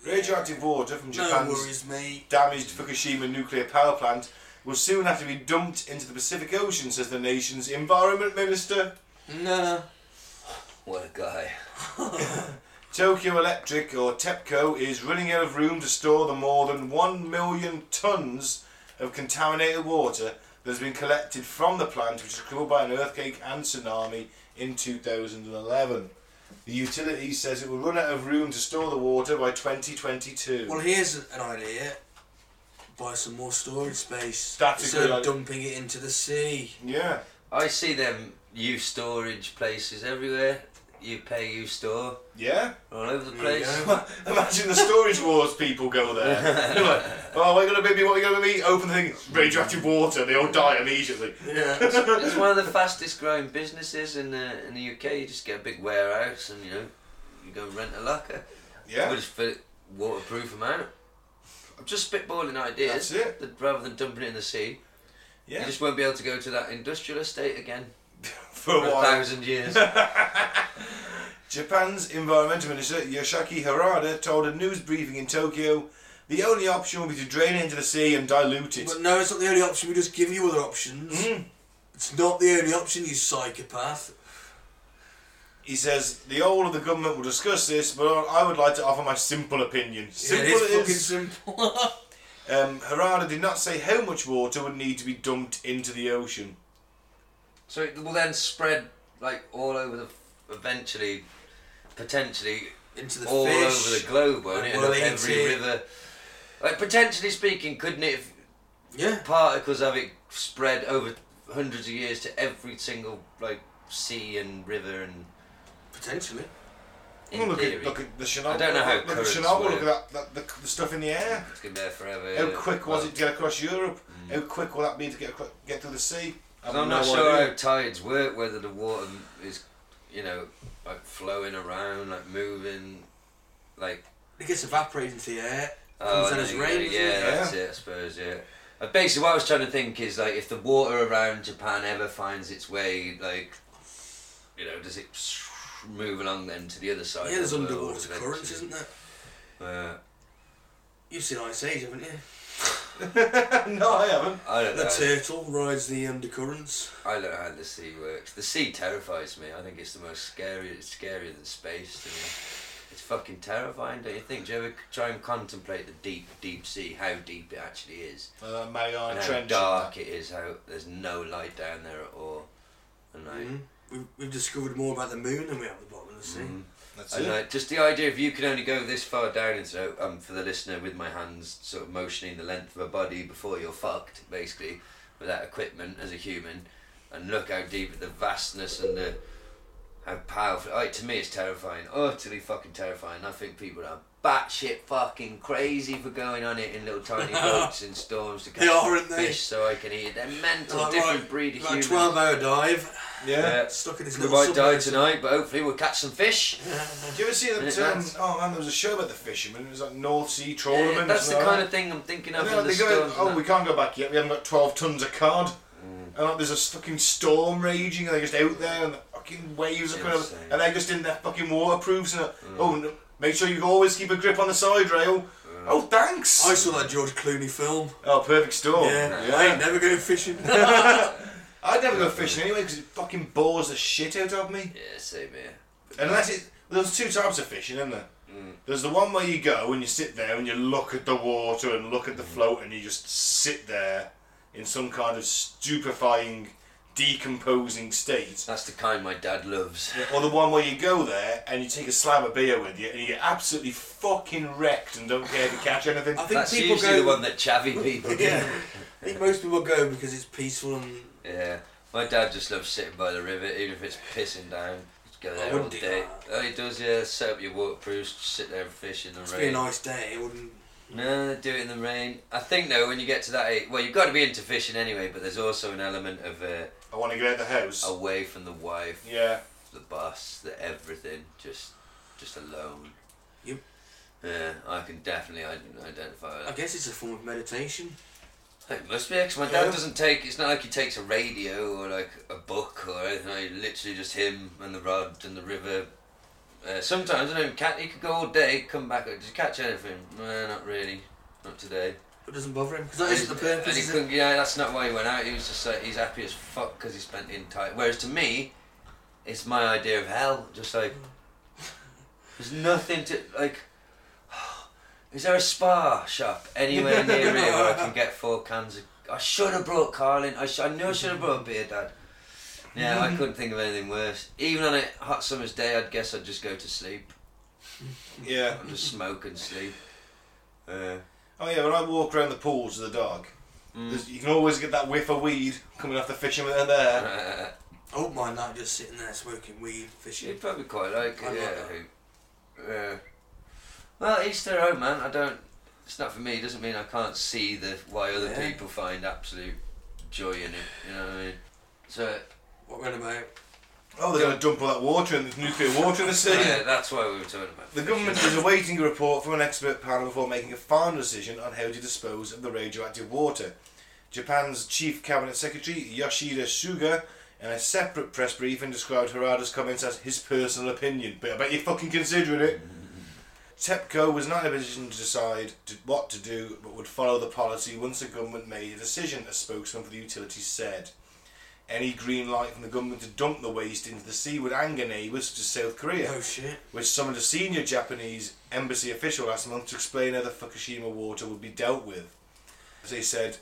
[SPEAKER 2] Radioactive water from
[SPEAKER 4] No
[SPEAKER 2] Japan's
[SPEAKER 4] worries, mate.
[SPEAKER 2] damaged Fukushima nuclear power plant will soon have to be dumped into the Pacific Ocean, says the nation's environment minister.
[SPEAKER 4] Nah.
[SPEAKER 3] What a guy.
[SPEAKER 2] Tokyo Electric, or TEPCO, is running out of room to store the more than 1 million tonnes of contaminated water that has been collected from the plant, which was covered by an earthquake and tsunami in 2011. The utility says it will run out of room to store the water by 2022.
[SPEAKER 4] Well, here's an idea. Buy some more storage space.
[SPEAKER 2] That's a
[SPEAKER 4] instead
[SPEAKER 2] good
[SPEAKER 4] of
[SPEAKER 2] idea.
[SPEAKER 4] dumping it into the sea.
[SPEAKER 2] yeah.
[SPEAKER 3] I see them youth storage places everywhere. You pay, you store,
[SPEAKER 2] Yeah. *laughs*
[SPEAKER 3] all over the
[SPEAKER 4] There you
[SPEAKER 3] place.
[SPEAKER 4] go.
[SPEAKER 2] Imagine the storage wars people go there. They're like, oh, we're gonna be what are you gonna be? Open the thing, radioactive water. They all die immediately.
[SPEAKER 4] Yeah.
[SPEAKER 3] *laughs* It's one
[SPEAKER 2] *laughs*
[SPEAKER 3] of the fastest growing businesses in the in the UK. You just get a big warehouse and you know you go rent a locker.
[SPEAKER 2] Yeah.
[SPEAKER 3] We just fill it waterproof amount. I'm just spitballing
[SPEAKER 2] That's
[SPEAKER 3] ideas.
[SPEAKER 2] it.
[SPEAKER 3] that rather than dumping it in the sea,
[SPEAKER 2] Yeah.
[SPEAKER 3] you just won't be able to go to that industrial estate again
[SPEAKER 2] *laughs* for
[SPEAKER 3] for
[SPEAKER 2] a
[SPEAKER 3] a
[SPEAKER 2] while.
[SPEAKER 3] thousand
[SPEAKER 2] *laughs*
[SPEAKER 3] years.
[SPEAKER 2] Japan's environmental minister Yoshaki Harada told a news briefing in Tokyo, the only option will be to drain it into the sea and dilute it. Hmm?
[SPEAKER 4] but no, it's not the only option. We just give you other options.
[SPEAKER 2] Mm-hmm.
[SPEAKER 4] It's not the only option, you psychopath.
[SPEAKER 2] He says the whole of the government will discuss this, but I would like to offer my simple opinion. Simple
[SPEAKER 4] yeah, it is
[SPEAKER 2] it
[SPEAKER 4] fucking
[SPEAKER 2] is.
[SPEAKER 4] simple.
[SPEAKER 2] Um, Harada did not say how much water would need to be dumped into the ocean.
[SPEAKER 3] So it will then spread like all over the eventually, potentially
[SPEAKER 4] into the
[SPEAKER 3] all
[SPEAKER 4] fish.
[SPEAKER 3] over the globe, won't it? And
[SPEAKER 4] Well,
[SPEAKER 3] up every
[SPEAKER 4] it-
[SPEAKER 3] river. Like potentially speaking, couldn't it? If
[SPEAKER 4] yeah.
[SPEAKER 3] particles of it spread over hundreds of years to every single like sea and river and.
[SPEAKER 4] Potentially.
[SPEAKER 3] In
[SPEAKER 2] Well, look,
[SPEAKER 3] theory,
[SPEAKER 2] at, look at the Chernobyl.
[SPEAKER 3] I don't know how
[SPEAKER 2] Look at
[SPEAKER 3] currents
[SPEAKER 2] Chernobyl.
[SPEAKER 3] work.
[SPEAKER 2] Look at that, that the, the stuff in the air.
[SPEAKER 3] It's been there forever.
[SPEAKER 2] How
[SPEAKER 3] yeah.
[SPEAKER 2] quick was it to get across Europe?
[SPEAKER 3] Mm.
[SPEAKER 2] How quick will that be to get acro- get through the sea? I've
[SPEAKER 3] 'Cause I'm not
[SPEAKER 2] no
[SPEAKER 3] sure
[SPEAKER 2] idea.
[SPEAKER 3] how tides work. Whether the water is, you know, like flowing around, like moving, like.
[SPEAKER 4] It gets evaporated into the air.
[SPEAKER 3] Oh,
[SPEAKER 4] Comes out
[SPEAKER 3] no,
[SPEAKER 4] as
[SPEAKER 3] you
[SPEAKER 4] rain,
[SPEAKER 3] know,
[SPEAKER 4] doesn't
[SPEAKER 3] yeah,
[SPEAKER 4] it?
[SPEAKER 3] that's it. I suppose. Yeah. Uh, Basically, what I was trying to think is like if the water around Japan ever finds its way, like, you know, does it move along then to the other side?
[SPEAKER 4] Yeah, there's
[SPEAKER 3] of the
[SPEAKER 4] underwater currents, isn't there?
[SPEAKER 3] there? Uh,
[SPEAKER 4] You've seen Ice Age, haven't you?
[SPEAKER 2] *laughs* no, I haven't.
[SPEAKER 3] I don't
[SPEAKER 4] The
[SPEAKER 3] know.
[SPEAKER 4] turtle rides the undercurrents.
[SPEAKER 3] I don't know how the sea works. The sea terrifies me. I think it's the most scary. It's scarier than space to me. It's fucking terrifying, don't you think? Do you ever try and contemplate the deep, deep sea? How deep it actually is,
[SPEAKER 2] Uh, Mariana
[SPEAKER 3] and how
[SPEAKER 2] Trench.
[SPEAKER 3] dark it is. How there's no light down there at all. And like,
[SPEAKER 4] Mhm. We've, we've discovered more about the moon than we have at the bottom of the sea.
[SPEAKER 3] Mm.
[SPEAKER 2] That's
[SPEAKER 3] and
[SPEAKER 2] it.
[SPEAKER 3] like, just the idea of you can only go this far down, and so um, for the listener, with my hands sort of motioning the length of a body before you're fucked, basically, without equipment as a human, and look how deep the vastness and the how powerful. Like, to me, it's terrifying, utterly fucking terrifying. I think people are batshit fucking crazy for going on it in little
[SPEAKER 4] *laughs*
[SPEAKER 3] tiny boats in storms to catch
[SPEAKER 4] are, aren't they?
[SPEAKER 3] fish so I can eat. They're mental,
[SPEAKER 4] Like,
[SPEAKER 3] different
[SPEAKER 4] right,
[SPEAKER 3] breed of
[SPEAKER 4] like
[SPEAKER 3] humans.
[SPEAKER 4] 12 hour dive.
[SPEAKER 2] Yeah.
[SPEAKER 3] Yeah.
[SPEAKER 4] Stuck in his
[SPEAKER 3] We
[SPEAKER 4] little
[SPEAKER 3] might die
[SPEAKER 4] submersible.
[SPEAKER 3] tonight, but hopefully we'll catch some fish.
[SPEAKER 2] Do you ever see
[SPEAKER 3] Isn't
[SPEAKER 2] that?
[SPEAKER 3] it
[SPEAKER 2] Um,
[SPEAKER 3] nice?
[SPEAKER 2] oh man, there was a show about the fishermen. It was like North Sea
[SPEAKER 3] Yeah,
[SPEAKER 2] trawlermen.
[SPEAKER 3] that's the kind of thing I'm thinking
[SPEAKER 2] And
[SPEAKER 3] of. in
[SPEAKER 2] they're like,
[SPEAKER 3] the
[SPEAKER 2] they go,
[SPEAKER 3] storms Mm. and
[SPEAKER 2] oh,
[SPEAKER 3] that.
[SPEAKER 2] we can't go back yet. We haven't got twelve tons of cod. And like, there's a fucking storm raging, and they're just out there, and the fucking waves are coming up,
[SPEAKER 3] Insane. Mm.
[SPEAKER 2] and they're just in their fucking waterproofs. And uh, oh, no, make sure you always keep a grip on the side rail.
[SPEAKER 3] Mm.
[SPEAKER 2] Oh, thanks.
[SPEAKER 4] I saw that George Clooney film.
[SPEAKER 2] Oh, perfect storm.
[SPEAKER 4] yeah. I ain't never going fishing. *laughs*
[SPEAKER 2] I'd never go fishing anyway because it fucking bores the shit out of me.
[SPEAKER 3] Yeah, same here.
[SPEAKER 2] Unless it, there's two types of fishing, isn't there? There's the one where you go and you sit there and you look at the water and look at the float and you just sit there in some kind of stupefying, decomposing state.
[SPEAKER 3] That's the kind my dad loves.
[SPEAKER 2] Or the one where you go there and you take a slab of beer with you and you get absolutely fucking wrecked and don't care to catch anything.
[SPEAKER 4] I think
[SPEAKER 3] That's
[SPEAKER 4] people
[SPEAKER 3] usually
[SPEAKER 4] go.
[SPEAKER 3] the one that chavvy people do.
[SPEAKER 4] yeah. I think most people go because it's peaceful and.
[SPEAKER 3] Yeah. My dad just loves sitting by the river, even if it's pissing down. Just go there all
[SPEAKER 4] wouldn't do
[SPEAKER 3] day.
[SPEAKER 4] that.
[SPEAKER 3] Oh, he does, yeah. Set up your waterproofs, just sit there and fish in the
[SPEAKER 4] It's
[SPEAKER 3] rain.
[SPEAKER 4] been a nice day. It wouldn't.
[SPEAKER 3] No, do it in the rain. I think though, when you get to that age, well, you've got to be into fishing anyway. But there's also an element of uh,
[SPEAKER 2] I want to get out of the house.
[SPEAKER 3] away from the wife,
[SPEAKER 2] Yeah.
[SPEAKER 3] the bus, the everything, just, just alone.
[SPEAKER 4] Yep.
[SPEAKER 3] Yeah, I can definitely ident- identify with that.
[SPEAKER 4] I guess it's a form of meditation.
[SPEAKER 3] It must be because my dad
[SPEAKER 2] Yeah.
[SPEAKER 3] doesn't take. It's not like he takes a radio or like a book or anything. Like, literally just him and the rod and the river. Uh, sometimes I don't even catch. He could go all day, come back. Did you catch anything? No, not really. Not today.
[SPEAKER 4] It doesn't bother him because that isn't the purpose.
[SPEAKER 3] And he
[SPEAKER 4] is it?
[SPEAKER 3] couldn't, yeah, that's not why he went out. He was just like he's happy as fuck because he
[SPEAKER 4] *laughs*
[SPEAKER 3] spent the entire. Whereas to me, it's my idea of hell. Just like There's nothing to like. *sighs* Is there a spa shop anywhere near here where I can get four cans? of... I should have brought Carlin. I, sh- I knew I should have brought a beer, Dad. Yeah, I couldn't think of anything worse. Even on a hot summer's day, I'd guess I'd just go to sleep.
[SPEAKER 2] Yeah.
[SPEAKER 3] I'd just smoke and
[SPEAKER 4] *laughs*
[SPEAKER 3] sleep. Uh,
[SPEAKER 2] Oh yeah, when I walk around the pools of the dog, there's you can always get that whiff of weed coming off the fishermen that are there.
[SPEAKER 3] uh,
[SPEAKER 4] I wouldn't mind that just sitting there smoking weed, fishing.
[SPEAKER 3] she'd probably quite like
[SPEAKER 4] I
[SPEAKER 3] it.
[SPEAKER 4] like
[SPEAKER 3] Yeah. Yeah. Well, each their own, man. I don't. It's not for me. It doesn't mean I can't see the why other
[SPEAKER 4] Yeah.
[SPEAKER 3] people find absolute joy in it. You know what I mean? So
[SPEAKER 4] What we're on about?
[SPEAKER 2] Oh, they're going to dump all that water and there's nuclear water in the sea.
[SPEAKER 3] yeah, that's why we were talking about.
[SPEAKER 2] The
[SPEAKER 3] fish.
[SPEAKER 2] government is awaiting a report from an expert panel before making a final decision on how to dispose of the radioactive water. Japan's chief cabinet secretary Yoshida Suga, in a separate press briefing, described Harada's comments as his personal opinion. But I bet you're fucking considering it. TEPCO was not in a position to decide to, what to do, but would follow the policy once the government made a decision, a spokesman for the utility said. Any green light from the government to dump the waste into the sea would anger neighbours such as South Korea
[SPEAKER 4] Oh shit.
[SPEAKER 2] which summoned a senior Japanese embassy official last month to explain how the Fukushima water would be dealt with. They said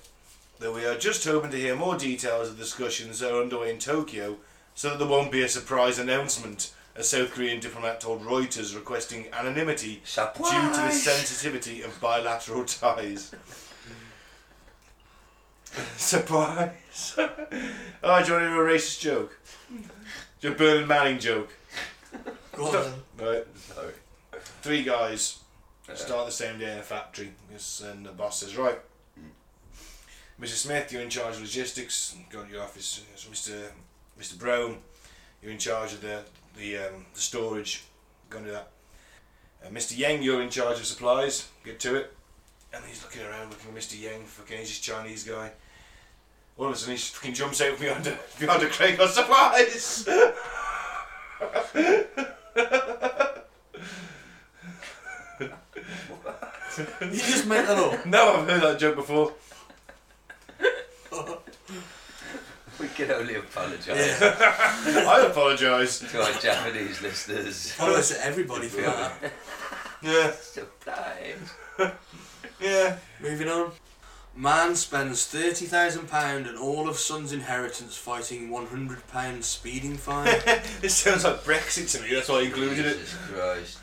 [SPEAKER 2] that we are just hoping to hear more details of discussions that are underway in Tokyo so that there won't be a surprise announcement, a South Korean diplomat told Reuters requesting anonymity due to the
[SPEAKER 3] Surprise!
[SPEAKER 2] sensitivity of bilateral *laughs* ties. surprise! *laughs* oh, do you want to hear a racist joke? Your Bernard Manning joke.
[SPEAKER 4] Go on then.
[SPEAKER 2] Right.
[SPEAKER 3] Sorry.
[SPEAKER 2] Three guys start the same day in a factory. Yes, And the boss says, Right, Mr. Smith, you're in charge of logistics. Go to your office. Yes, Mr. Mr. Brown, you're in charge of the the, um, the storage. Go and do that. Uh, Mr. Yang, you're in charge of supplies. Get to it. And he's looking around, looking at Mr. Yang, fucking he's this Chinese guy. All of a sudden, he fucking jumps out from behind a, *laughs* behind a crate of supplies. *laughs*
[SPEAKER 3] *laughs*
[SPEAKER 4] You just made that up.
[SPEAKER 2] no, I've heard that joke before.
[SPEAKER 3] We can only apologise
[SPEAKER 4] Yeah.
[SPEAKER 2] I apologise.
[SPEAKER 3] to our Japanese listeners.
[SPEAKER 4] I to everybody for that.
[SPEAKER 2] Yeah,
[SPEAKER 3] Surprise!
[SPEAKER 2] yeah.
[SPEAKER 4] Moving on. Man spends thirty thousand pound and all of son's inheritance fighting one hundred pound speeding fine.
[SPEAKER 2] This sounds like Brexit to me. That's why I included it.
[SPEAKER 3] Jesus Christ.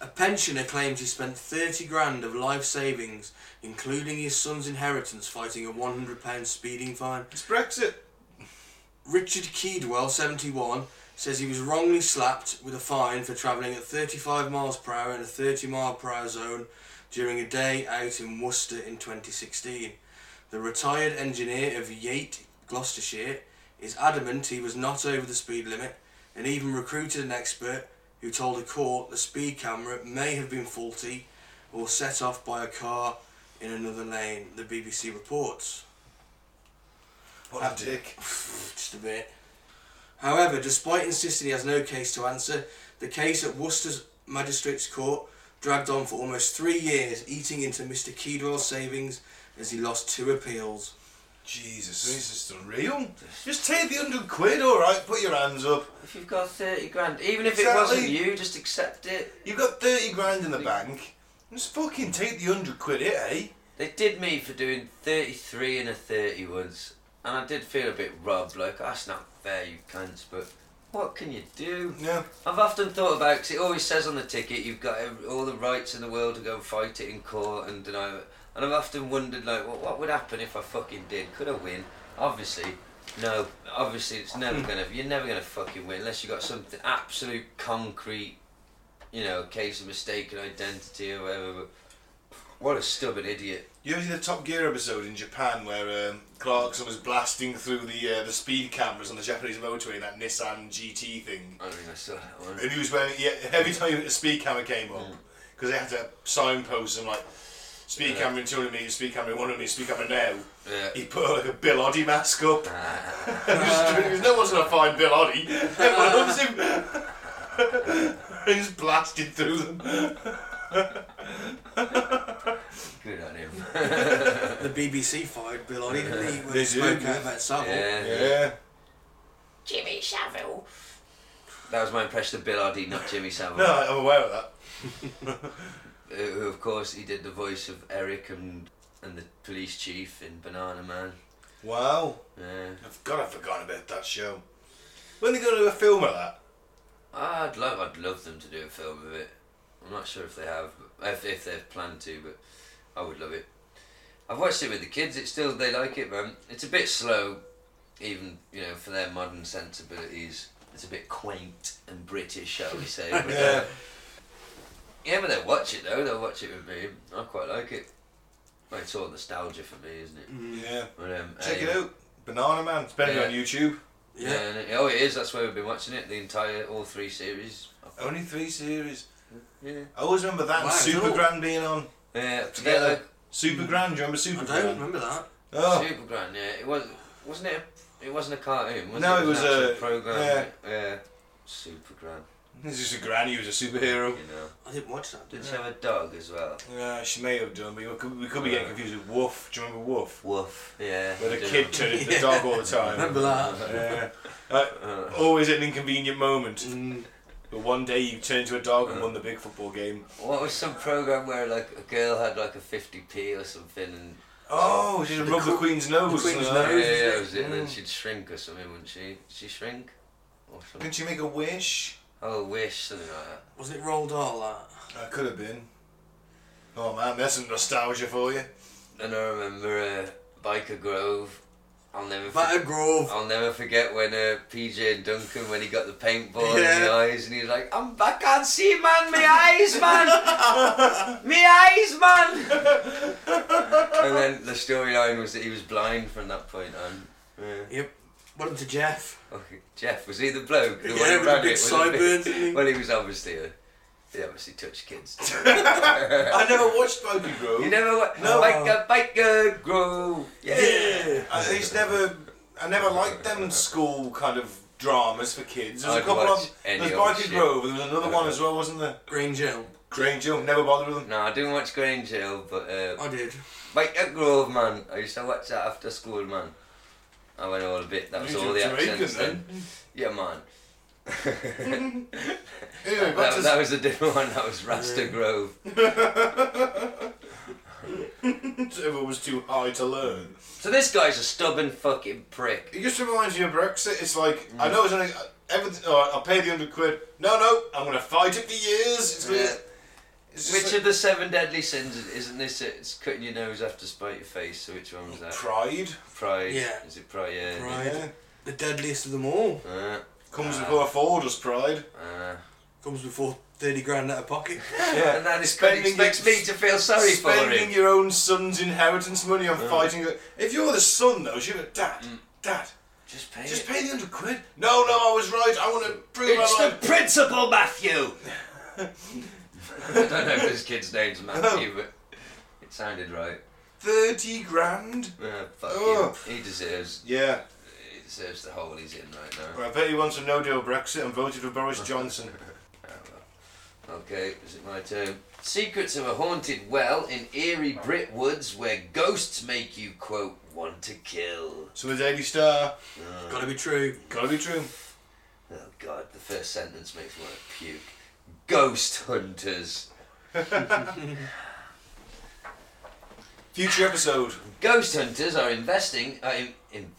[SPEAKER 4] A pensioner claims he spent 30 grand of life savings, including his son's inheritance, fighting a £100 speeding fine.
[SPEAKER 2] It's Brexit.
[SPEAKER 4] Richard Keedwell, 71, says he was wrongly slapped with a fine for travelling at 35 miles per hour in a 30 mile per hour zone during a day out in Worcester in 2016. The retired engineer of Yate, Gloucestershire, is adamant he was not over the speed limit and even recruited an expert who told a court the speed camera may have been faulty or set off by a car in another lane, the BBC reports.
[SPEAKER 2] What a dick.
[SPEAKER 4] just a bit. However, despite insisting he has no case to answer, the case at Worcester's Magistrates Court dragged on for almost three years, eating into Mr. Keedwell's savings as he lost two appeals.
[SPEAKER 2] Jesus, this is unreal. Just take the hundred quid, all right. Put your hands up.
[SPEAKER 3] If you've got 30 grand, even if
[SPEAKER 2] Exactly.
[SPEAKER 3] it wasn't you, just accept it.
[SPEAKER 2] You've got thirty grand in the bank. Just fucking take the hundred quid, it, eh?
[SPEAKER 3] They did me for doing 33 and a 30 once, and I did feel a bit robbed, like, that's not fair, you cunts, but what can you do?
[SPEAKER 2] Yeah.
[SPEAKER 3] I've often thought about because it always says on the ticket you've got ev- all the rights in the world to go and fight it in court and deny it. And I've often wondered like, what what would happen if I fucking did? Could I win? Obviously, no. Obviously, it's never gonna. You're never gonna fucking win unless you have got something absolute concrete. You know, case of mistaken identity or whatever. But what a stubborn idiot!
[SPEAKER 2] You ever see the Top Gear episode in Japan where um, Clarkson was blasting through the uh, the speed cameras on the Japanese motorway in that Nissan GT thing?
[SPEAKER 3] I don't think I saw that one.
[SPEAKER 2] And he was wearing yeah, every time a speed camera came up because they had to signpost them like speed
[SPEAKER 3] Yeah.
[SPEAKER 2] camera in 200 meters, speed camera in 100 meters, speed camera now.
[SPEAKER 3] Yeah.
[SPEAKER 2] He put on like a Bill Oddie mask up. *laughs* Just doing- 'cause no one's gonna find Bill Oddie. Everyone loves him. *laughs* And He's blasted through them.
[SPEAKER 3] Good on him.
[SPEAKER 4] *laughs*
[SPEAKER 3] *laughs*
[SPEAKER 4] The BBC fired Bill Oddie, didn't he? When
[SPEAKER 2] They
[SPEAKER 4] he spoke
[SPEAKER 2] did.
[SPEAKER 4] out about Savile.
[SPEAKER 3] yeah.
[SPEAKER 2] Yeah.
[SPEAKER 5] Jimmy Savile.
[SPEAKER 3] That was my impression of Bill Oddie, not Jimmy Savile.
[SPEAKER 2] No, I- I'm aware of that.
[SPEAKER 3] Who, who, of course, he did the voice of Eric and and the police chief in Banana Man.
[SPEAKER 2] Wow.
[SPEAKER 3] Yeah.
[SPEAKER 2] I've got I've forgotten about that show. When are they going to do a film of that?
[SPEAKER 3] I'd love, I'd love them to do a film of it. I'm not sure if they have, but if, if they've planned to, but I would love it. I've watched it with the kids. It's still they like it, man. It's a bit slow, even you know for their modern sensibilities. It's a bit quaint and British, shall we
[SPEAKER 2] *laughs*
[SPEAKER 3] say? But, uh,
[SPEAKER 2] Yeah.
[SPEAKER 3] yeah, but they'll watch it though. They'll watch it with me. I quite like it. Well, it's all nostalgia for me, isn't it?
[SPEAKER 2] Yeah.
[SPEAKER 3] But, um,
[SPEAKER 2] Mm-hmm. Mm. Check
[SPEAKER 3] anyway.
[SPEAKER 2] it out. Banana Man. It's better
[SPEAKER 3] Yeah.
[SPEAKER 2] on YouTube.
[SPEAKER 4] Yeah.
[SPEAKER 3] Yeah. and it- oh, it is. That's where we've been watching it. The entire, all three series.
[SPEAKER 2] Only three series.
[SPEAKER 3] Yeah.
[SPEAKER 2] I always remember that and
[SPEAKER 4] Wow, it's all-
[SPEAKER 2] Supergran being on.
[SPEAKER 3] Yeah.
[SPEAKER 2] Together.
[SPEAKER 3] Together.
[SPEAKER 2] Supergran, do you remember
[SPEAKER 4] Hmm. I
[SPEAKER 2] Supergran?
[SPEAKER 4] don't remember that.
[SPEAKER 2] Oh,
[SPEAKER 3] Supergran, yeah. It was wasn't it? A, it wasn't a cartoon. Was
[SPEAKER 2] No,
[SPEAKER 3] it,
[SPEAKER 2] it was
[SPEAKER 3] an actual
[SPEAKER 2] a-
[SPEAKER 3] program.
[SPEAKER 2] yeah.
[SPEAKER 3] yeah. Supergran,
[SPEAKER 2] this is a granny who's a superhero.
[SPEAKER 3] you know.
[SPEAKER 4] I didn't watch that.
[SPEAKER 3] Did she have a dog as well?
[SPEAKER 2] Yeah, she may have done, but we could, we could be getting confused with Wolf. Do you remember Wolf?
[SPEAKER 3] Woof. Yeah.
[SPEAKER 2] Where the
[SPEAKER 3] I
[SPEAKER 2] kid
[SPEAKER 3] dunno.
[SPEAKER 2] turned into the
[SPEAKER 4] *laughs* Yeah.
[SPEAKER 2] dog all the time.
[SPEAKER 4] Remember that?
[SPEAKER 2] yeah. Uh, always an inconvenient moment.
[SPEAKER 4] Mm, Uh.
[SPEAKER 2] But one day you turn into a dog and won the big football game.
[SPEAKER 3] What was some program where like a girl had like a fifty p or something and
[SPEAKER 2] Oh, she just rubbed the
[SPEAKER 4] Queen-
[SPEAKER 2] Queen's nose.
[SPEAKER 4] Queen's
[SPEAKER 2] uh,
[SPEAKER 3] yeah,
[SPEAKER 4] nose.
[SPEAKER 3] yeah,
[SPEAKER 4] it?
[SPEAKER 3] that was it. And then
[SPEAKER 2] Mm.
[SPEAKER 3] she'd shrink or something, wouldn't she? She shrink. Or something.
[SPEAKER 2] Didn't she make a wish?
[SPEAKER 3] Oh, wish something like that.
[SPEAKER 4] wasn't it Roald Dahl
[SPEAKER 2] I
[SPEAKER 4] that?
[SPEAKER 2] could have Uh, been. Oh man, that's some nostalgia for
[SPEAKER 4] *laughs*
[SPEAKER 2] you.
[SPEAKER 3] And I remember uh, Biker Grove. I'll never. forget-
[SPEAKER 4] Batter Grove.
[SPEAKER 3] I'll never forget when uh, PJ and Duncan when he got the paintball in the
[SPEAKER 4] Yeah.
[SPEAKER 3] eyes and he was like, I'm, I can't see, man, my eyes,
[SPEAKER 4] *laughs*
[SPEAKER 3] man, me eyes, man. and then the storyline was that he was blind from that point on. Yeah.
[SPEAKER 4] Yep. Went to Jeff.
[SPEAKER 3] Okay. Jeff was he the bloke? The
[SPEAKER 4] Yeah,
[SPEAKER 3] who
[SPEAKER 4] with the
[SPEAKER 3] ran
[SPEAKER 4] big
[SPEAKER 3] it with
[SPEAKER 4] sideburns, didn't he?
[SPEAKER 3] Well, he was obviously a, he obviously touched kids.
[SPEAKER 2] I never watched Bogey Grove.
[SPEAKER 3] you never went.
[SPEAKER 4] No.
[SPEAKER 3] Biker, biker, grow. yeah.
[SPEAKER 4] Yeah.
[SPEAKER 2] I it's never. I never liked them school kind of dramas for kids. There's a
[SPEAKER 3] I'd
[SPEAKER 2] couple
[SPEAKER 3] watch
[SPEAKER 2] of.
[SPEAKER 3] any
[SPEAKER 2] There's
[SPEAKER 3] old
[SPEAKER 2] Biker
[SPEAKER 3] shit.
[SPEAKER 2] Grove. and There was another one as well, wasn't there?
[SPEAKER 4] Grange Hill.
[SPEAKER 2] Grange Hill. Never bothered with them.
[SPEAKER 3] No, I didn't watch Grange Hill, but uh,
[SPEAKER 4] I did.
[SPEAKER 3] Mike at Grove, man. I used to watch that after school, man. I went all a bit. That was
[SPEAKER 2] You
[SPEAKER 3] all the
[SPEAKER 2] Jamaican
[SPEAKER 3] accents then.
[SPEAKER 2] then.
[SPEAKER 3] Yeah, man.
[SPEAKER 2] Anyway, back
[SPEAKER 3] that,
[SPEAKER 2] to
[SPEAKER 3] that was a different one. That was Rasta Grove.
[SPEAKER 2] it was too high to learn.
[SPEAKER 3] So this guy's a stubborn fucking prick.
[SPEAKER 2] It just reminds me of Brexit. It's like
[SPEAKER 3] Mm.
[SPEAKER 2] I know it's only everything. Oh, I'll pay the hundred quid. No, no, I'm gonna fight it for years. It's gonna.
[SPEAKER 3] Yeah.
[SPEAKER 2] It's just
[SPEAKER 3] Which
[SPEAKER 2] like
[SPEAKER 3] of the seven deadly sins is- isn't this? it? It's cutting your nose after spite your face. So which one was that?
[SPEAKER 2] pride.
[SPEAKER 3] Pride.
[SPEAKER 4] Yeah.
[SPEAKER 3] Is it pride? Yeah.
[SPEAKER 4] Pride.
[SPEAKER 2] Yeah.
[SPEAKER 4] The deadliest of them all.
[SPEAKER 3] Uh,
[SPEAKER 2] Comes before Ford does pride.
[SPEAKER 3] uh.
[SPEAKER 4] Comes before 30 grand out of pocket.
[SPEAKER 3] And that is expects me to feel sorry for
[SPEAKER 2] spending
[SPEAKER 3] him.
[SPEAKER 2] your own son's inheritance money on fighting. If you're the son, though, you're like, Dad, Dad,
[SPEAKER 3] Just pay
[SPEAKER 2] just
[SPEAKER 3] it.
[SPEAKER 2] pay the hundred quid. No, no, I was right. I want to prove
[SPEAKER 3] It's
[SPEAKER 2] my
[SPEAKER 3] the
[SPEAKER 2] life.
[SPEAKER 3] principal, Matthew. I don't know if this kid's name's Matthew, but it sounded right.
[SPEAKER 2] Thirty grand.
[SPEAKER 3] Uh, fuck
[SPEAKER 2] Ugh.
[SPEAKER 3] him. He deserves.
[SPEAKER 2] Yeah.
[SPEAKER 3] He deserves the hole he's in right now.
[SPEAKER 2] Well, I bet he wants a no deal Brexit and voted for Boris Johnson.
[SPEAKER 3] Okay, is it my turn? Secrets of a haunted well in eerie Brit woods where ghosts make you quote want to kill.
[SPEAKER 2] So the Daily Star.
[SPEAKER 4] Gotta be true.
[SPEAKER 2] Gotta be true.
[SPEAKER 3] Oh God, the first sentence makes me want to puke. Ghost hunters.
[SPEAKER 2] Future episode.
[SPEAKER 3] Ghost hunters are investing uh, in, in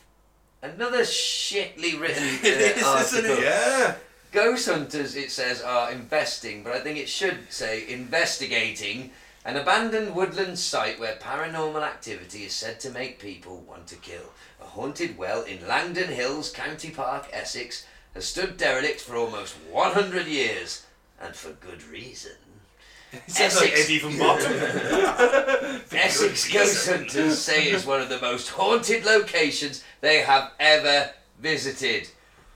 [SPEAKER 3] another shitly written uh,
[SPEAKER 4] It is, isn't
[SPEAKER 3] article.
[SPEAKER 4] it?
[SPEAKER 2] Yeah.
[SPEAKER 3] Ghost hunters, it says, are investing, but I think it should say investigating an abandoned woodland site where paranormal activity is said to make people want to kill. A haunted well in Langdon Hills, County Park, Essex, has stood derelict for almost 100 years, and for good reason.
[SPEAKER 2] It sounds like
[SPEAKER 3] Essex.
[SPEAKER 2] Eddie from Bottom.
[SPEAKER 3] Essex Ghost Hunters say it's one of the most haunted locations they have ever visited.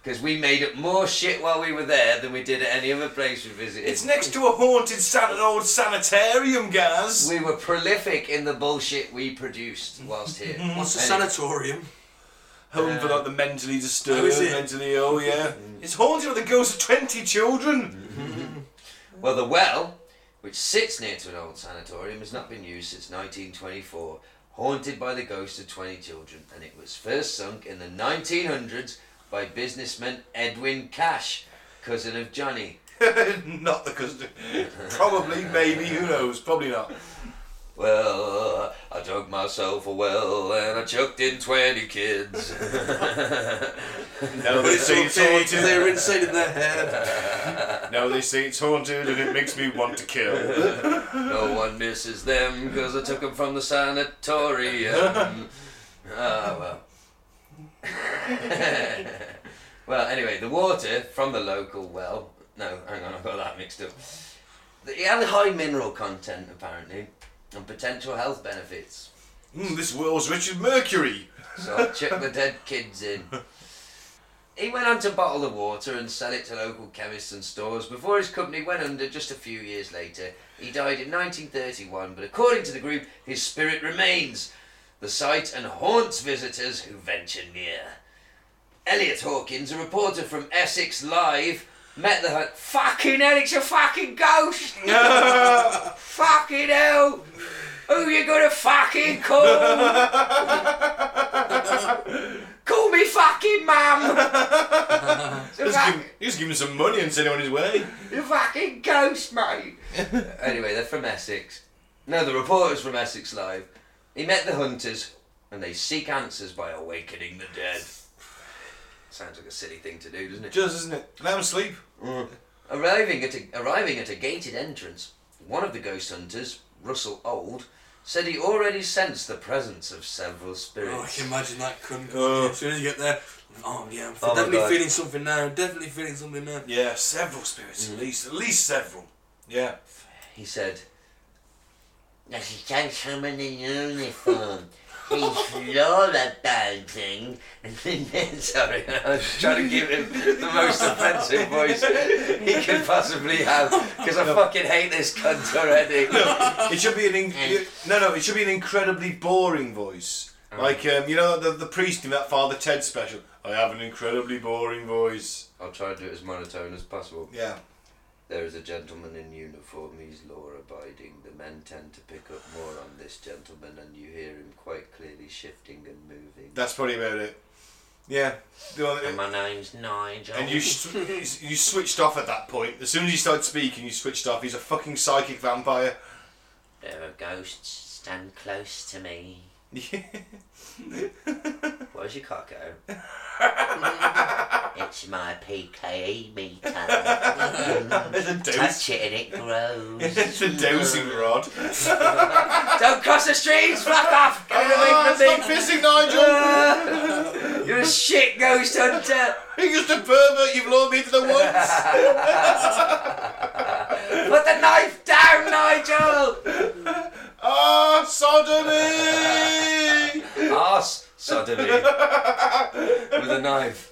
[SPEAKER 3] Because we made up more shit while we were there than we did at any other place we
[SPEAKER 2] *laughs*
[SPEAKER 3] visited.
[SPEAKER 2] it's next to a haunted san- an old sanitarium, Gaz.
[SPEAKER 3] We were prolific in the bullshit we produced whilst here.
[SPEAKER 4] What's a
[SPEAKER 3] Anyway,
[SPEAKER 4] sanatorium?
[SPEAKER 2] Home for like the mentally disturbed,
[SPEAKER 4] Oh, is it?
[SPEAKER 2] mentally ill, yeah. It's haunted with the ghosts of 20 children.
[SPEAKER 3] Well, the well, which sits near to an old sanatorium, has not been used since 1924, haunted by the ghost of 20 children, and it was first sunk in the 1900s by businessman Edwin Cash, cousin of Johnny.
[SPEAKER 2] *laughs* not the cousin. Probably, maybe, who knows? Probably not.
[SPEAKER 3] Well, I dug myself a well and I chucked in 20 kids. *laughs*
[SPEAKER 2] No,
[SPEAKER 4] But
[SPEAKER 2] they
[SPEAKER 4] it's
[SPEAKER 2] say it's
[SPEAKER 4] okay 'cause
[SPEAKER 2] haunted.
[SPEAKER 4] they're inside in their head.
[SPEAKER 2] Now they say it's haunted and it makes me want to kill.
[SPEAKER 3] no one misses them because I took them from the sanatorium. Ah, well. *laughs* well, anyway, the water from the local well. No, hang on, I got that mixed up. It had a high mineral content, apparently, and potential health benefits.
[SPEAKER 2] Mm, this world's Richard Mercury.
[SPEAKER 3] So I checked the dead kids in. He went on to bottle the water and sell it to local chemists and stores before his company went under just a few years later. He died in 1931, but according to the group, his spirit remains the site and haunts visitors who venture near. Elliot Hawkins, a reporter from Essex Live, met the hunt. Fucking hell, it's a fucking ghost! fucking hell! Who you gonna fucking call? call me fucking mum! So
[SPEAKER 2] Just
[SPEAKER 3] that-
[SPEAKER 2] give, just give him some money and send him on his way.
[SPEAKER 3] you fucking ghost, mate. anyway, they're from Essex. No, the reporter's from Essex Live. He met the hunters, and they seek answers by awakening the dead. Sounds like a silly thing to do, doesn't it?
[SPEAKER 2] Just, isn't it? Let him sleep.
[SPEAKER 3] Arriving at a, arriving at a gated entrance, one of the ghost hunters, Russell Old, said he already sensed the presence of several spirits.
[SPEAKER 4] Oh, I can imagine that couldn't
[SPEAKER 2] Oh.
[SPEAKER 4] As soon as you get there, oh yeah, I'm
[SPEAKER 3] Oh, my
[SPEAKER 4] definitely
[SPEAKER 3] God.
[SPEAKER 4] feeling something now. Definitely feeling something now.
[SPEAKER 2] Yeah, several spirits at least. At least several. Hmm. *laughs* Yeah.
[SPEAKER 3] He said, There's a gentleman in uniform. He's lollybagging. *laughs* Sorry, I was trying to give him the most offensive voice he could possibly have because I fucking hate this cunt already.
[SPEAKER 2] It should be an in- you- no, no. It should be an incredibly boring voice, like um, you know the the priest in that Father Ted special. I have an incredibly boring voice.
[SPEAKER 3] I'll try to do it as monotone as possible.
[SPEAKER 2] Yeah.
[SPEAKER 3] There is a gentleman in uniform, he's law abiding. The men tend to pick up more on this gentleman, and you hear him quite clearly shifting and moving.
[SPEAKER 2] That's probably about it. Yeah. The one-
[SPEAKER 3] my name's Nigel.
[SPEAKER 2] and you s- *laughs* you switched off at that point. As soon as he started speaking, you switched off. He's a fucking psychic vampire. *laughs*
[SPEAKER 3] There are ghosts. Stand close to me. Where's your
[SPEAKER 2] *laughs*
[SPEAKER 3] cock go? it's my PKE
[SPEAKER 2] *laughs*
[SPEAKER 3] meter.
[SPEAKER 2] It's a *laughs* dose.
[SPEAKER 3] it and it grows.
[SPEAKER 2] It's a dosing rod.
[SPEAKER 3] Don't cross the streets, fuck off! Get
[SPEAKER 2] *laughs* Ah,
[SPEAKER 3] away
[SPEAKER 2] stop *laughs*
[SPEAKER 3] from me!
[SPEAKER 2] pissing, Nigel.
[SPEAKER 3] You're a shit ghost hunter!
[SPEAKER 2] You're just a pervert. You've lured me to the
[SPEAKER 3] *laughs*
[SPEAKER 2] woods.
[SPEAKER 3] Put the knife down, Nigel!
[SPEAKER 2] Ah, sodomy.
[SPEAKER 3] Arse sodomy. With a knife.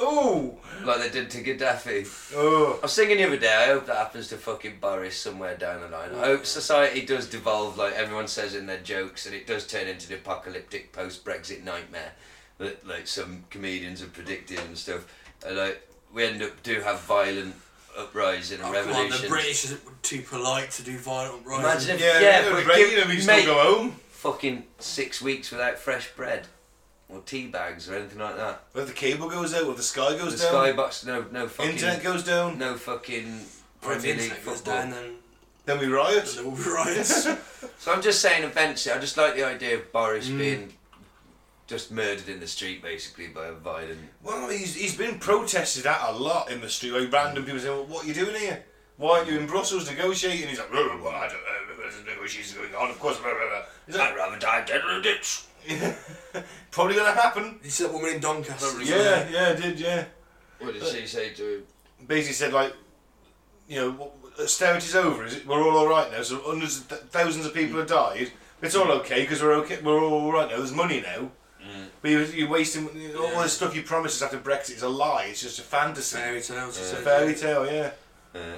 [SPEAKER 2] Ooh.
[SPEAKER 3] Like they did to Gaddafi.
[SPEAKER 2] Oh.
[SPEAKER 3] I was thinking the other day, I hope that happens to fucking Boris somewhere down the line. I hope society does devolve, like everyone says in their jokes, and it does turn into the apocalyptic post Brexit nightmare that like some comedians have predicted and stuff. And, like we end up do have violent uprising and
[SPEAKER 4] Oh, come on, the
[SPEAKER 3] revolution.
[SPEAKER 4] British are too polite to do violent rising.
[SPEAKER 3] Imagine if
[SPEAKER 2] Yeah,
[SPEAKER 3] yeah,
[SPEAKER 2] yeah
[SPEAKER 3] but
[SPEAKER 2] great,
[SPEAKER 3] give-
[SPEAKER 2] you know, you
[SPEAKER 3] mate,
[SPEAKER 2] still go home.
[SPEAKER 3] fucking six weeks without fresh bread or tea bags or anything like that.
[SPEAKER 2] Whether the cable goes out, whether the sky
[SPEAKER 3] The
[SPEAKER 2] goes down,
[SPEAKER 3] skybox, no, no fucking,
[SPEAKER 2] internet goes down,
[SPEAKER 3] no fucking
[SPEAKER 4] Or if the
[SPEAKER 3] Premier League
[SPEAKER 4] internet goes
[SPEAKER 3] football.
[SPEAKER 4] down, then
[SPEAKER 2] then we riot.
[SPEAKER 4] there will be riots.
[SPEAKER 3] So I'm just saying, eventually, I just like the idea of Boris
[SPEAKER 2] Mm.
[SPEAKER 3] being just murdered in the street, basically, by a violent.
[SPEAKER 2] Well, he's, he's been protested at a lot in the street. Like random people saying, well, "What are you doing here? Why aren't you in Brussels negotiating?" He's like, "Oh, "Well, well, I don't know. There's negotiations going on, of course." Blah, blah, blah." He's like,
[SPEAKER 3] I'd rather die dead in a ditch.
[SPEAKER 2] *laughs* "Probably gonna happen."
[SPEAKER 4] you see that woman in Doncaster?
[SPEAKER 2] Yeah, yeah, I did yeah.
[SPEAKER 3] What did she say to him?
[SPEAKER 2] Basically said like, you know, "What- austerity's over. Is it? We're all all right now. So hundreds, of th- thousands of people have died. It's all okay because we're okay. We're all all right now. There's money now.
[SPEAKER 3] Mm.
[SPEAKER 2] But you're, you're wasting all this stuff you promised us after Brexit is a lie. It's just a fantasy.
[SPEAKER 4] Fairy tales.
[SPEAKER 2] It's a fairy tale, yeah.
[SPEAKER 3] Uh,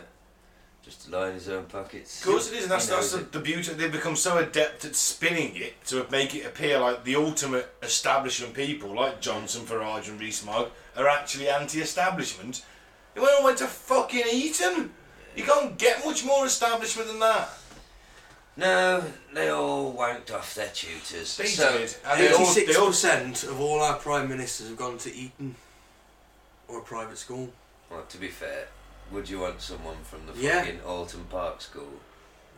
[SPEAKER 3] just to lie in his own pockets.
[SPEAKER 2] Of course it is, and that's,
[SPEAKER 3] He knows
[SPEAKER 2] that's the,
[SPEAKER 3] it.
[SPEAKER 2] the beauty. They've become so adept at spinning it to make it appear like the ultimate establishment people, like Johnson, Farage, and Rees-Mogg, are actually anti-establishment. They went and went to fucking Eton. You can't get much more establishment than that.
[SPEAKER 3] No, they all wanked off their tutors.
[SPEAKER 2] They
[SPEAKER 3] so,
[SPEAKER 2] did. And they all, they
[SPEAKER 4] Eighty-six
[SPEAKER 2] all
[SPEAKER 4] percent of all our prime ministers have gone to Eton or a private school.
[SPEAKER 3] Well, to be fair, would you want someone from the
[SPEAKER 4] Yeah.
[SPEAKER 3] fucking Alton Park School?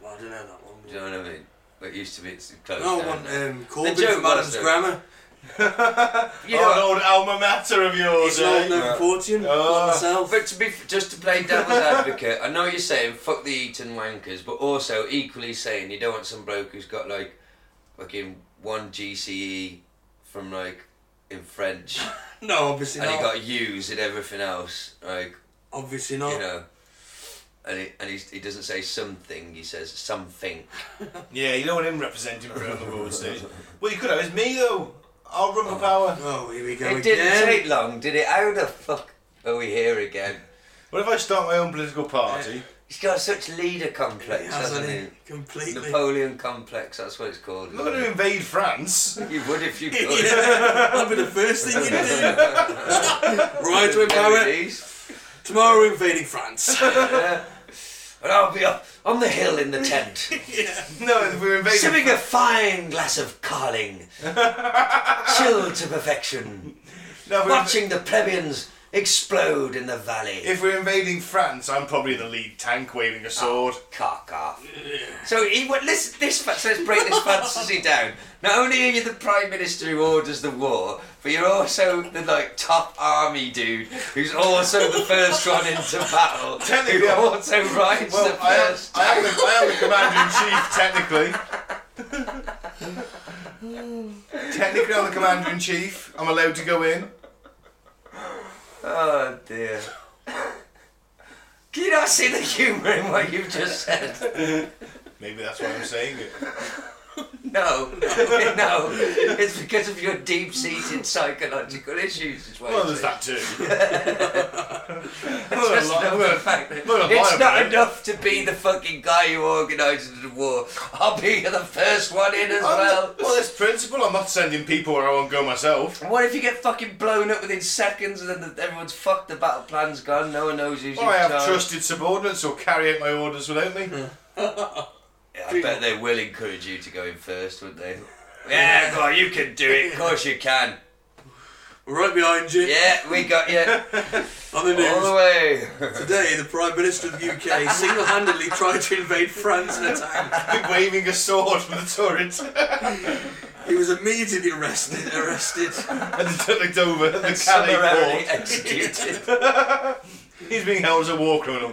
[SPEAKER 4] Well, I don't know that one.
[SPEAKER 3] Do you know what I mean? But it used to be it's closed
[SPEAKER 4] No, I
[SPEAKER 3] down
[SPEAKER 4] want
[SPEAKER 3] now.
[SPEAKER 4] um, Corbyn
[SPEAKER 3] joke
[SPEAKER 4] from Adam's
[SPEAKER 3] master.
[SPEAKER 4] Grammar.
[SPEAKER 3] You
[SPEAKER 2] oh,
[SPEAKER 3] know,
[SPEAKER 2] an old alma mater of yours,
[SPEAKER 4] He's an
[SPEAKER 2] eh?
[SPEAKER 4] old Newportian.
[SPEAKER 2] Oh.
[SPEAKER 4] Not myself.
[SPEAKER 3] But to be just to play devil's advocate, I know what you're saying fuck the Eton wankers, but also equally saying you don't want some bloke who's got like fucking one GCE from like in
[SPEAKER 4] *laughs*
[SPEAKER 3] French
[SPEAKER 4] No, obviously
[SPEAKER 3] and he
[SPEAKER 4] not.
[SPEAKER 3] got U's in everything else, like
[SPEAKER 4] obviously not.
[SPEAKER 3] you know. And, he, and he's, he doesn't say something, he says something.
[SPEAKER 2] Yeah, you don't want him representing Britain on the world stage. Well, you could have. It's me, though. I'll run for power.
[SPEAKER 4] Oh, here we go
[SPEAKER 3] It didn't
[SPEAKER 4] again.
[SPEAKER 3] take long, did it? How the fuck are we here again?
[SPEAKER 2] What if I start my own political party?
[SPEAKER 3] He's got such leader complex,
[SPEAKER 4] It
[SPEAKER 3] hasn't
[SPEAKER 4] hasn't
[SPEAKER 3] he?
[SPEAKER 4] it? Completely. *laughs*
[SPEAKER 3] Napoleon complex, that's what it's called.
[SPEAKER 2] I'm not going
[SPEAKER 3] isn't
[SPEAKER 2] to invade France.
[SPEAKER 3] it? You would if you could.
[SPEAKER 4] *laughs* yeah, that'd be the first thing
[SPEAKER 3] *laughs*
[SPEAKER 4] you do. right, we're power.
[SPEAKER 3] Parodies.
[SPEAKER 4] Tomorrow we're
[SPEAKER 3] *laughs*
[SPEAKER 4] invading France.
[SPEAKER 3] Yeah. And I'll be up on the hill in the
[SPEAKER 2] *laughs*
[SPEAKER 3] tent,
[SPEAKER 4] yeah.
[SPEAKER 2] No, if we're invading.
[SPEAKER 3] sipping a fine glass of
[SPEAKER 2] *laughs*
[SPEAKER 3] Carling, chilled to perfection,
[SPEAKER 2] No, if we're,
[SPEAKER 3] watching the plebeians explode in the valley.
[SPEAKER 2] if we're invading France, I'm probably in the lead tank waving a sword.
[SPEAKER 3] Oh. cock off. So he went, this, this, fa- so let's break this
[SPEAKER 2] *laughs*
[SPEAKER 3] fantasy down. Not only are you the prime minister who orders the war, but you're also the like top army dude who's also the first one into battle.
[SPEAKER 2] Technically,
[SPEAKER 3] who
[SPEAKER 2] I'm-
[SPEAKER 3] also rides
[SPEAKER 2] Well,
[SPEAKER 3] the
[SPEAKER 2] I am,
[SPEAKER 3] first.
[SPEAKER 2] I, am the, I am the commander in chief, technically.
[SPEAKER 3] *laughs*
[SPEAKER 2] technically, I'm the commander in chief. I'm allowed to go in.
[SPEAKER 3] Oh dear. Can you not see the humour in what you've just said?
[SPEAKER 2] Maybe that's why I'm saying it.
[SPEAKER 3] No, *laughs* no. It's because of your deep-seated psychological issues. Is why
[SPEAKER 2] Well,
[SPEAKER 3] it's
[SPEAKER 2] there's
[SPEAKER 3] so
[SPEAKER 2] that
[SPEAKER 3] *laughs*
[SPEAKER 2] too.
[SPEAKER 3] It's just
[SPEAKER 2] Well,
[SPEAKER 3] not
[SPEAKER 2] well,
[SPEAKER 3] the fact that
[SPEAKER 2] well,
[SPEAKER 3] it's
[SPEAKER 2] well,
[SPEAKER 3] not
[SPEAKER 2] well.
[SPEAKER 3] enough to be the fucking guy who organises the war. I'll be the first one in as
[SPEAKER 2] I'm-
[SPEAKER 3] well.
[SPEAKER 2] well, this principle, I'm not sending people where I won't go myself.
[SPEAKER 3] What if you get fucking blown up within seconds and then everyone's fucked, the battle plan's gone, no one knows who's
[SPEAKER 2] Or
[SPEAKER 3] in
[SPEAKER 2] I have
[SPEAKER 3] charge?
[SPEAKER 2] trusted subordinates who'll carry out my orders without me.
[SPEAKER 3] Hmm. Yeah, I bet they will encourage you to go in first, wouldn't they? *laughs* Yeah, go on, you can do it. Of course you can.
[SPEAKER 4] We're right behind you.
[SPEAKER 3] Yeah, we got *laughs* you
[SPEAKER 4] On the
[SPEAKER 3] all the
[SPEAKER 4] news
[SPEAKER 3] way.
[SPEAKER 4] today, the Prime Minister of the UK single-handedly tried to invade France in a tank.
[SPEAKER 2] Waving a sword from the
[SPEAKER 3] *laughs*
[SPEAKER 2] turret
[SPEAKER 4] He was immediately arrested. Arrested.
[SPEAKER 2] and looked over at *laughs* the
[SPEAKER 3] Summarily
[SPEAKER 2] Calais port. *laughs*
[SPEAKER 3] executed.
[SPEAKER 2] He's being held as a war criminal.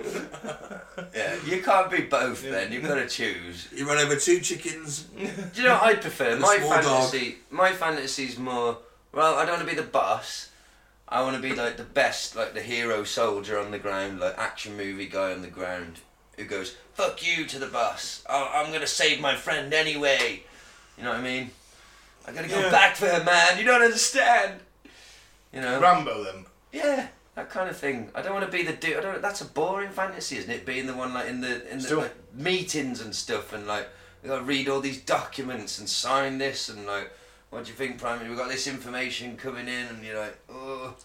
[SPEAKER 3] yeah, you can't be both. Then you've got to choose.
[SPEAKER 4] He ran over two chickens.
[SPEAKER 3] Do you know what I prefer? My
[SPEAKER 4] small dog.
[SPEAKER 3] fantasy, my fantasy's more. Well, I don't want to be the boss. I want to be like the best, like the hero soldier on the ground, like action movie guy on the ground who goes "fuck you" to the boss. I- I'm gonna save my friend anyway. You know what I mean? I gotta go
[SPEAKER 2] Yeah.
[SPEAKER 3] back for her, man. You don't understand. You know?
[SPEAKER 2] Rambo, then.
[SPEAKER 3] Yeah, that kind of thing. I don't want to be the dude. I don't. That's a boring fantasy, isn't it? Being the one like in the in the
[SPEAKER 2] Still-
[SPEAKER 3] like, meetings and stuff, and like we gotta read all these documents and sign this, and like, what do you think, Prime? Minister? We've got this information coming in, and you're like, oh,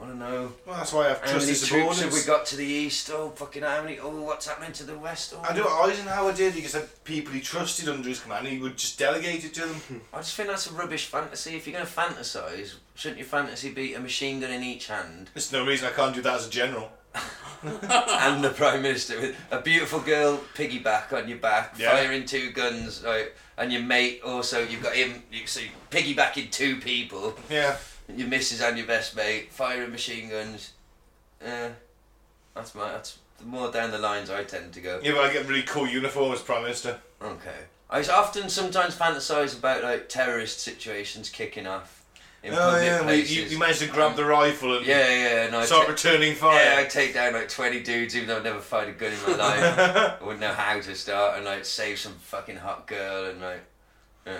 [SPEAKER 3] I don't know.
[SPEAKER 2] Well, that's why I have
[SPEAKER 3] How many
[SPEAKER 2] trusted
[SPEAKER 3] troops have we
[SPEAKER 2] subordinates.
[SPEAKER 3] got to the east? Oh, fucking how many? Oh, what's happening to the west? Oh,
[SPEAKER 2] I do what Eisenhower did. He just had people he trusted under his command and he would just delegate it to them.
[SPEAKER 3] I just think that's a rubbish fantasy. If you're gonna fantasize, shouldn't your fantasy be a machine gun in each hand
[SPEAKER 2] There's no reason I can't do that as a general.
[SPEAKER 3] and the prime minister with a beautiful girl piggyback on your back,
[SPEAKER 2] Yeah.
[SPEAKER 3] firing two guns, like, and your mate also. You've got him. You so you're piggybacking two people,
[SPEAKER 2] Yeah.
[SPEAKER 3] your missus and your best mate, firing machine guns. Uh, that's my. That's the more down the lines I tend to go.
[SPEAKER 2] Yeah, but I get really cool uniform as Prime Minister.
[SPEAKER 3] Okay. I s- often sometimes fantasize about like terrorist situations kicking off in
[SPEAKER 2] Oh,
[SPEAKER 3] public
[SPEAKER 2] yeah. well,
[SPEAKER 3] places.
[SPEAKER 2] You, you managed to grab the rifle and
[SPEAKER 3] yeah, yeah, and I
[SPEAKER 2] start
[SPEAKER 3] ta-
[SPEAKER 2] returning
[SPEAKER 3] Yeah, I
[SPEAKER 2] fire.
[SPEAKER 3] take down like 20 dudes even though I've never fired a gun in my
[SPEAKER 4] *laughs*
[SPEAKER 3] life. I wouldn't know how to start and like save some fucking hot girl and like, yeah.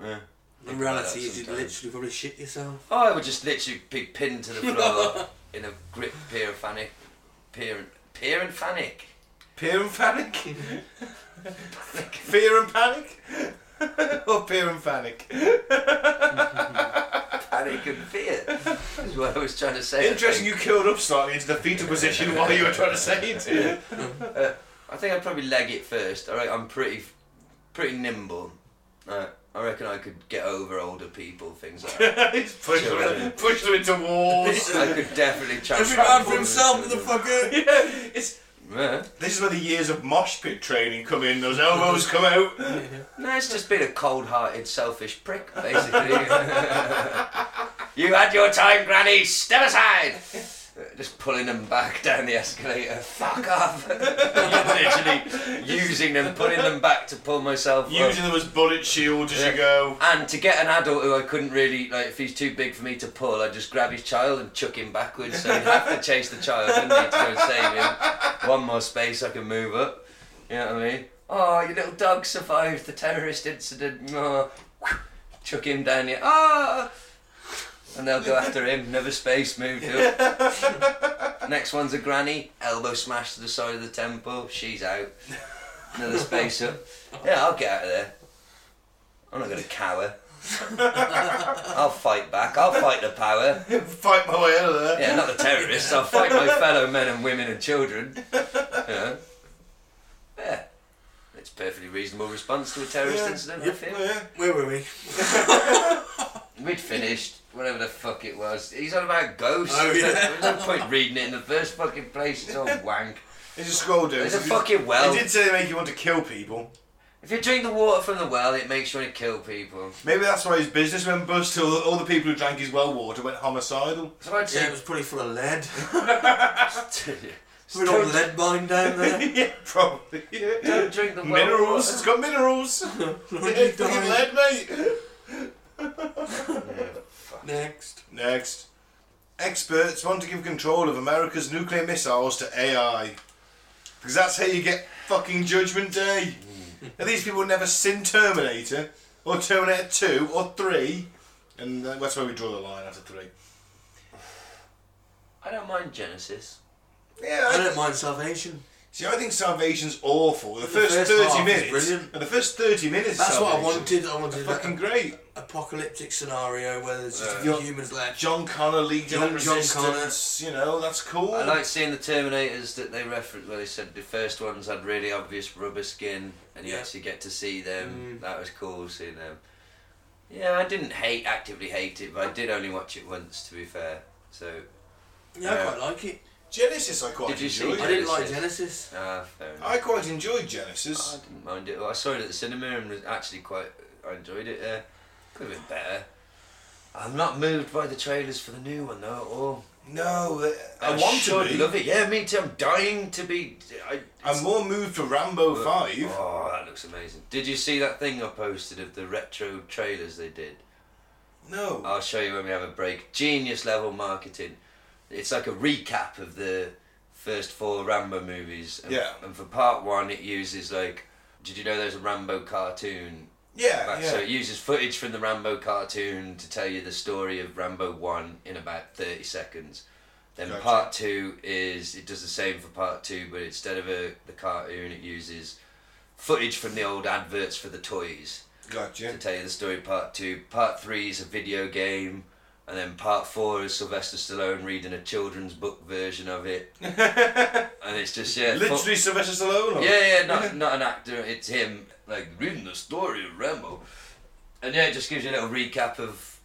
[SPEAKER 3] yeah.
[SPEAKER 4] In
[SPEAKER 3] Think about
[SPEAKER 4] reality,
[SPEAKER 3] that
[SPEAKER 4] you did
[SPEAKER 3] sometimes.
[SPEAKER 4] literally probably shit yourself.
[SPEAKER 3] Oh, I would just literally be pinned to the
[SPEAKER 4] *laughs*
[SPEAKER 3] floor in a grip pier and panic. Pier and, pier and panic.
[SPEAKER 2] Peer and
[SPEAKER 3] *laughs*
[SPEAKER 2] panic. Fear and panic? *laughs* or peer and panic?
[SPEAKER 3] Panic and fear is what I was trying to say. I
[SPEAKER 2] Interesting,
[SPEAKER 3] think.
[SPEAKER 2] you curled up slightly into the fetal position while you were trying to say it. *laughs*
[SPEAKER 3] I think I'd probably leg it first. All right, I'm pretty, pretty nimble. All right, I reckon I could get over older people, things like
[SPEAKER 4] *laughs*
[SPEAKER 3] that.
[SPEAKER 2] push, them,
[SPEAKER 3] Children.
[SPEAKER 2] push them into walls. *laughs*
[SPEAKER 3] *laughs* I could definitely
[SPEAKER 4] Every
[SPEAKER 3] transform.
[SPEAKER 4] man for
[SPEAKER 3] them
[SPEAKER 4] himself,
[SPEAKER 3] into-
[SPEAKER 4] motherfucker.
[SPEAKER 2] Yeah, it's,
[SPEAKER 3] Yeah.
[SPEAKER 2] this is where the years of mosh pit training come in. Those elbows come
[SPEAKER 3] *laughs*
[SPEAKER 2] out.
[SPEAKER 3] No, it's just been a cold-hearted, selfish prick, basically. *laughs* you had your time, Granny. Step aside. Just pulling them back down the escalator. Fuck off. Literally using them, putting them back to pull myself up.
[SPEAKER 2] Using them as bullet shields as
[SPEAKER 3] Yeah.
[SPEAKER 2] you go.
[SPEAKER 3] And to get an adult who I couldn't really like, if he's too big for me to pull, I'd just grab his child and chuck him backwards. So he'd have to chase the child, wouldn't he, to go and save him? One more space, I can move up. You know what I mean? Oh, your little dog survived the terrorist incident. Oh, chuck him down here. Ah. And they'll go after him. Another space moved up. Next one's a granny. Elbow smash to the side of the temple. She's out. Another space up. Yeah, I'll get out of there. I'm not going to cower. I'll fight back. I'll fight the power.
[SPEAKER 2] Fight my way out of there.
[SPEAKER 3] Yeah, not the terrorists. I'll fight my fellow men and women and children. You know? Yeah. It's a perfectly reasonable response to a terrorist incident, I feel.
[SPEAKER 2] Yeah.
[SPEAKER 4] Where were we?
[SPEAKER 3] We'd finished, whatever the fuck it was. He's on about ghosts.
[SPEAKER 4] Oh, yeah.
[SPEAKER 3] There's no point reading it in the first fucking place. It's all wank.
[SPEAKER 2] It's a scroll down.
[SPEAKER 3] There's a fucking well.
[SPEAKER 2] They did say they make you want to kill people.
[SPEAKER 3] If you drink the water from the well, it makes you want to kill people.
[SPEAKER 2] Maybe that's why his business went bust. All, all the people who drank his well water went homicidal.
[SPEAKER 3] *laughs* So I'd
[SPEAKER 4] Yeah,
[SPEAKER 3] say.
[SPEAKER 4] it was probably full of lead.
[SPEAKER 3] Don't-
[SPEAKER 4] We got a lead mine down
[SPEAKER 2] *laughs*
[SPEAKER 4] there.
[SPEAKER 2] yeah, probably. Yeah.
[SPEAKER 3] don't drink the
[SPEAKER 2] *laughs*
[SPEAKER 3] well
[SPEAKER 2] Minerals.
[SPEAKER 3] water.
[SPEAKER 2] It's got
[SPEAKER 3] *laughs*
[SPEAKER 2] minerals.
[SPEAKER 4] you
[SPEAKER 2] Fucking
[SPEAKER 4] die.
[SPEAKER 2] lead, mate.
[SPEAKER 4] Next.
[SPEAKER 2] Next. Experts want to give control of America's nuclear missiles to AI. Because that's how you get fucking Judgment Day. and these people never seen Terminator, or Terminator 2, or 3. And tha- that's where we draw the line after 3.
[SPEAKER 3] I don't mind Genesis.
[SPEAKER 2] Yeah,
[SPEAKER 4] I
[SPEAKER 2] I,
[SPEAKER 4] don't mind salvation.
[SPEAKER 2] see, I think Salvation's awful. The first,
[SPEAKER 4] first
[SPEAKER 2] 30
[SPEAKER 4] half is
[SPEAKER 2] minutes.
[SPEAKER 4] brilliant.
[SPEAKER 2] And the first 30 minutes.
[SPEAKER 4] That's what I
[SPEAKER 2] Salvation.
[SPEAKER 4] wanted. I wanted
[SPEAKER 2] Fucking
[SPEAKER 4] an
[SPEAKER 2] great.
[SPEAKER 4] apocalyptic scenario where there's just a
[SPEAKER 2] Yeah.
[SPEAKER 4] few humans left.
[SPEAKER 2] John Connor, Legion
[SPEAKER 4] John-
[SPEAKER 2] of
[SPEAKER 4] John
[SPEAKER 2] Resistance, you know, that's cool.
[SPEAKER 3] I like seeing the Terminators that they referenced. Well, they said the first ones had really obvious rubber skin, and you
[SPEAKER 4] Yeah.
[SPEAKER 3] actually get to see
[SPEAKER 2] Mm.
[SPEAKER 3] them. That was cool seeing them. Yeah, I didn't hate actively hate it, but I did only watch it once. To be fair, so
[SPEAKER 4] Yeah, I
[SPEAKER 3] Yeah.
[SPEAKER 4] quite like it.
[SPEAKER 2] Genesis, I quite
[SPEAKER 3] Did you see
[SPEAKER 2] enjoyed.
[SPEAKER 4] I
[SPEAKER 3] Genesis?
[SPEAKER 4] didn't like Genesis.
[SPEAKER 3] ah, fair enough.
[SPEAKER 2] I quite enjoyed Genesis.
[SPEAKER 3] I didn't mind it. I saw it at the cinema and was actually quite. I enjoyed it. Yeah, could have been better. I'm not moved by the trailers for the new one though at all.
[SPEAKER 2] No, uh, I, want
[SPEAKER 3] should
[SPEAKER 2] to be.
[SPEAKER 3] love it. Yeah, me too. I'm dying to be. I,
[SPEAKER 2] I'm more moved for Rambo Five.
[SPEAKER 3] Oh, that looks amazing. Did you see that thing I posted of the retro trailers they did?
[SPEAKER 2] No,
[SPEAKER 3] I'll show you when we have a break. Genius level marketing. It's like a recap of the first four Rambo movies. And,
[SPEAKER 2] Yeah.
[SPEAKER 3] And for part one, it uses like, did you know there's a Rambo cartoon?
[SPEAKER 2] yeah,
[SPEAKER 3] Back-
[SPEAKER 2] yeah.
[SPEAKER 3] So it uses footage from the Rambo cartoon to tell you the story of Rambo one in about thirty seconds. Then
[SPEAKER 2] Gotcha.
[SPEAKER 3] part two is it does the same for part two, but instead of a, the cartoon, it uses footage from the old adverts for the toys
[SPEAKER 2] gotcha.
[SPEAKER 3] to tell you the story part two. Part three is a video game. And then part four is Sylvester Stallone reading a children's book version
[SPEAKER 2] *laughs*
[SPEAKER 3] of it. and it's just, yeah. full-
[SPEAKER 2] Literally Sylvester Stallone. or-
[SPEAKER 3] yeah, yeah, not, not an actor, it's him, like, reading the story of Rambo. And yeah, it just gives you a little recap of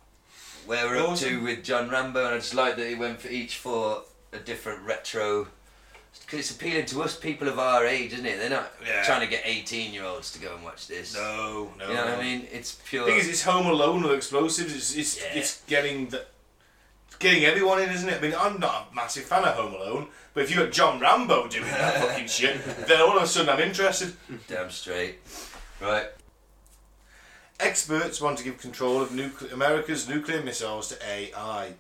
[SPEAKER 3] where we're up to
[SPEAKER 2] Awesome.
[SPEAKER 3] with John Rambo, and I just like that he went for each for a different retro. Because it's appealing to us people of our age, isn't it? They're not
[SPEAKER 2] Yeah.
[SPEAKER 3] trying to get 18 year olds to go and watch this.
[SPEAKER 2] No, no.
[SPEAKER 3] You know
[SPEAKER 2] no.
[SPEAKER 3] what I mean? It's
[SPEAKER 2] The
[SPEAKER 3] pure.
[SPEAKER 2] thing is, it's Home Alone with explosives. It's it's,
[SPEAKER 3] Yeah.
[SPEAKER 2] it's getting the. it's Getting everyone in, isn't it? I mean, I'm not a massive fan of Home Alone, but if you got John Rambo doing
[SPEAKER 3] *laughs*
[SPEAKER 2] that fucking shit, then all of a sudden I'm interested.
[SPEAKER 3] Damn straight. Right.
[SPEAKER 2] Experts want to give control of nucle- America's nuclear missiles to AI.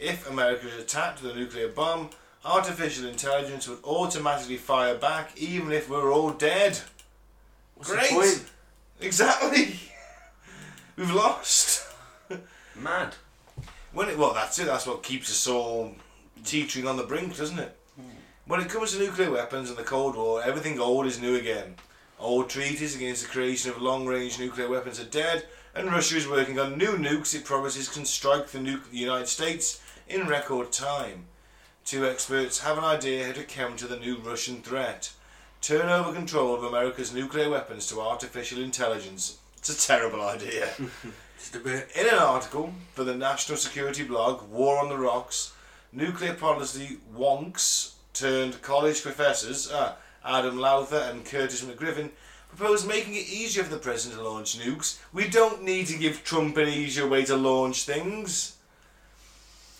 [SPEAKER 2] If America is attacked with a nuclear bomb, artificial intelligence would automatically fire back, even if we're all dead.
[SPEAKER 4] What's
[SPEAKER 2] Great.
[SPEAKER 4] the point?
[SPEAKER 2] Exactly. *laughs* We've lost.
[SPEAKER 3] Mad.
[SPEAKER 2] When it, well, that's it. That's what keeps us all teetering on the brink, doesn't it? When it comes to nuclear weapons and the Cold War, everything old is new again. Old treaties against the creation of long-range nuclear weapons are dead, and Russia is working on new nukes it promises can strike the, nu- the United States in record time. Two experts have an idea how to counter the new Russian threat. Turn over control of America's nuclear weapons to artificial intelligence. It's a terrible idea. *laughs*
[SPEAKER 4] Just a bit.
[SPEAKER 2] In an article for the national security blog War on the Rocks, nuclear policy wonks turned college professors, uh, Adam Lowther and Curtis McGriffin, proposed making it easier for the president to launch nukes. We don't need to give Trump an easier way to launch things.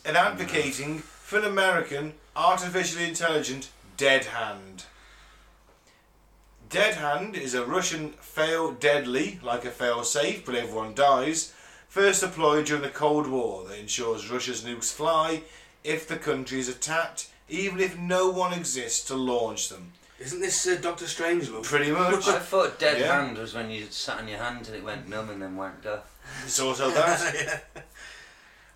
[SPEAKER 2] And advocating for an American artificially intelligent dead hand. Dead Hand is a Russian fail deadly, like a fail safe, but everyone dies, first deployed during the Cold War that ensures Russia's nukes fly if the country is attacked, even if no one exists to launch them.
[SPEAKER 4] Isn't this uh, Doctor Strangelove?
[SPEAKER 2] Pretty
[SPEAKER 3] *laughs*
[SPEAKER 2] much.
[SPEAKER 3] I thought dead
[SPEAKER 2] Yeah.
[SPEAKER 3] hand was when you sat on your hand and it went numb and then went off.
[SPEAKER 2] It's also
[SPEAKER 4] *laughs*
[SPEAKER 2] that.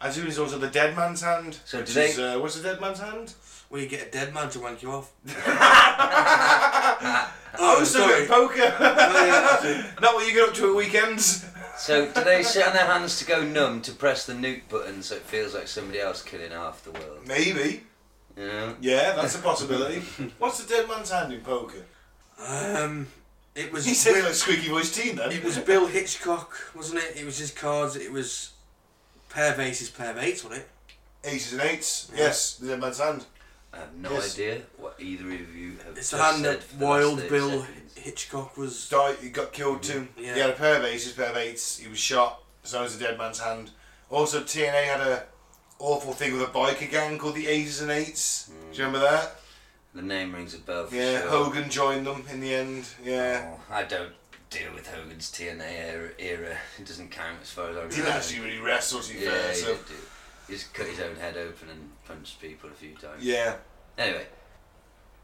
[SPEAKER 2] I assume it's also the dead man's hand.
[SPEAKER 3] So
[SPEAKER 2] which
[SPEAKER 3] do they-
[SPEAKER 2] is, uh, what's the dead man's hand?
[SPEAKER 4] Where you get a dead man to wank
[SPEAKER 2] *laughs*
[SPEAKER 4] you off. *laughs*
[SPEAKER 2] Oh,
[SPEAKER 4] oh,
[SPEAKER 2] sorry.
[SPEAKER 4] sorry.
[SPEAKER 2] poker. *laughs*
[SPEAKER 4] Oh, yeah.
[SPEAKER 2] Not what you get up to at weekends.
[SPEAKER 3] So do they sit on their hands to go numb to press the nuke button so it feels like somebody else killing half the world?
[SPEAKER 2] Maybe.
[SPEAKER 3] You know?
[SPEAKER 2] Yeah, that's a possibility. what's the dead man's hand in poker?
[SPEAKER 4] Um, it was
[SPEAKER 2] He said it
[SPEAKER 4] Bill,
[SPEAKER 2] like squeaky voice teen then.
[SPEAKER 4] it was Bill Hitchcock, wasn't it? It was his cards. It was pair of aces, pair of eights, wasn't it?
[SPEAKER 2] Aces and eights. Yes, the dead man's hand.
[SPEAKER 3] I have no
[SPEAKER 2] Yes.
[SPEAKER 3] idea what either of you have just
[SPEAKER 4] It's the hand
[SPEAKER 3] said
[SPEAKER 4] that
[SPEAKER 3] for the last
[SPEAKER 4] Wild
[SPEAKER 3] 30
[SPEAKER 4] Bill
[SPEAKER 3] seconds.
[SPEAKER 4] Hitchcock was.
[SPEAKER 2] died, he got killed too.
[SPEAKER 3] Mm-hmm.
[SPEAKER 4] Yeah.
[SPEAKER 2] He had a pair of aces, pair of eights. He was shot. As long as the dead man's hand. Also, TNA had a awful thing with a biker gang called the Aces and Eights. Do you remember that?
[SPEAKER 3] The name rings a bell for
[SPEAKER 2] Yeah,
[SPEAKER 3] Mm. sure.
[SPEAKER 2] Hogan joined them in the end. Yeah.
[SPEAKER 3] Oh, I don't deal with Hogan's TNA era. era. It doesn't count as far as
[SPEAKER 2] He
[SPEAKER 3] I
[SPEAKER 2] didn't
[SPEAKER 3] remember.
[SPEAKER 2] actually really wrestle, to be
[SPEAKER 3] Oh. yeah,
[SPEAKER 2] fair.
[SPEAKER 3] he
[SPEAKER 2] So.
[SPEAKER 3] did do. He just cut his own head open and punched people a few times.
[SPEAKER 2] Yeah.
[SPEAKER 3] Anyway,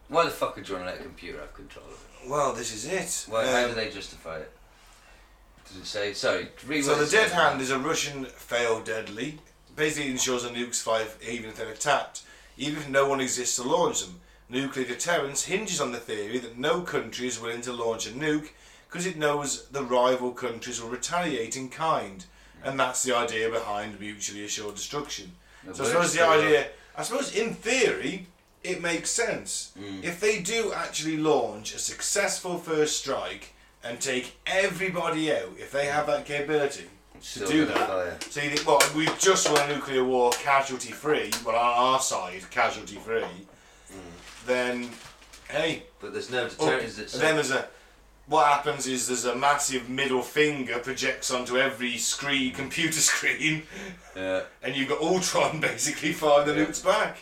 [SPEAKER 3] why the fuck would you want to let a computer have control of it?
[SPEAKER 2] Well, this is it.
[SPEAKER 3] Why, how
[SPEAKER 2] Um,
[SPEAKER 3] do they justify it? Does it say? Sorry, read
[SPEAKER 2] So
[SPEAKER 3] what
[SPEAKER 2] the
[SPEAKER 3] it
[SPEAKER 2] dead
[SPEAKER 3] says.
[SPEAKER 2] hand is a Russian fail deadly. Basically ensures the nukes fly even if they're attacked, even if no one exists to launch them. Nuclear deterrence hinges on the theory that no country is willing to launch a nuke because it knows the rival countries will retaliate in kind, and that's the idea behind mutually assured destruction.
[SPEAKER 3] It
[SPEAKER 2] so I
[SPEAKER 3] works
[SPEAKER 2] suppose the
[SPEAKER 3] pretty well.
[SPEAKER 2] idea, I suppose in theory, it makes sense. If they do actually launch a successful first strike and take everybody out, if they have that capability to
[SPEAKER 3] Still
[SPEAKER 2] do
[SPEAKER 3] gonna
[SPEAKER 2] that,
[SPEAKER 3] fire.
[SPEAKER 2] so you think, well, we've just won a nuclear war casualty free, well, on our side, casualty free, then, hey,
[SPEAKER 3] But there's no
[SPEAKER 2] up.
[SPEAKER 3] deterrent. Mm. Is it
[SPEAKER 2] And Oh, then there's a. What happens is there's a massive middle finger projects onto every
[SPEAKER 3] Mm.
[SPEAKER 2] screen, computer *laughs* screen,
[SPEAKER 3] Yeah.
[SPEAKER 2] and you've got Ultron *laughs* basically firing the
[SPEAKER 3] Yeah.
[SPEAKER 2] nukes back.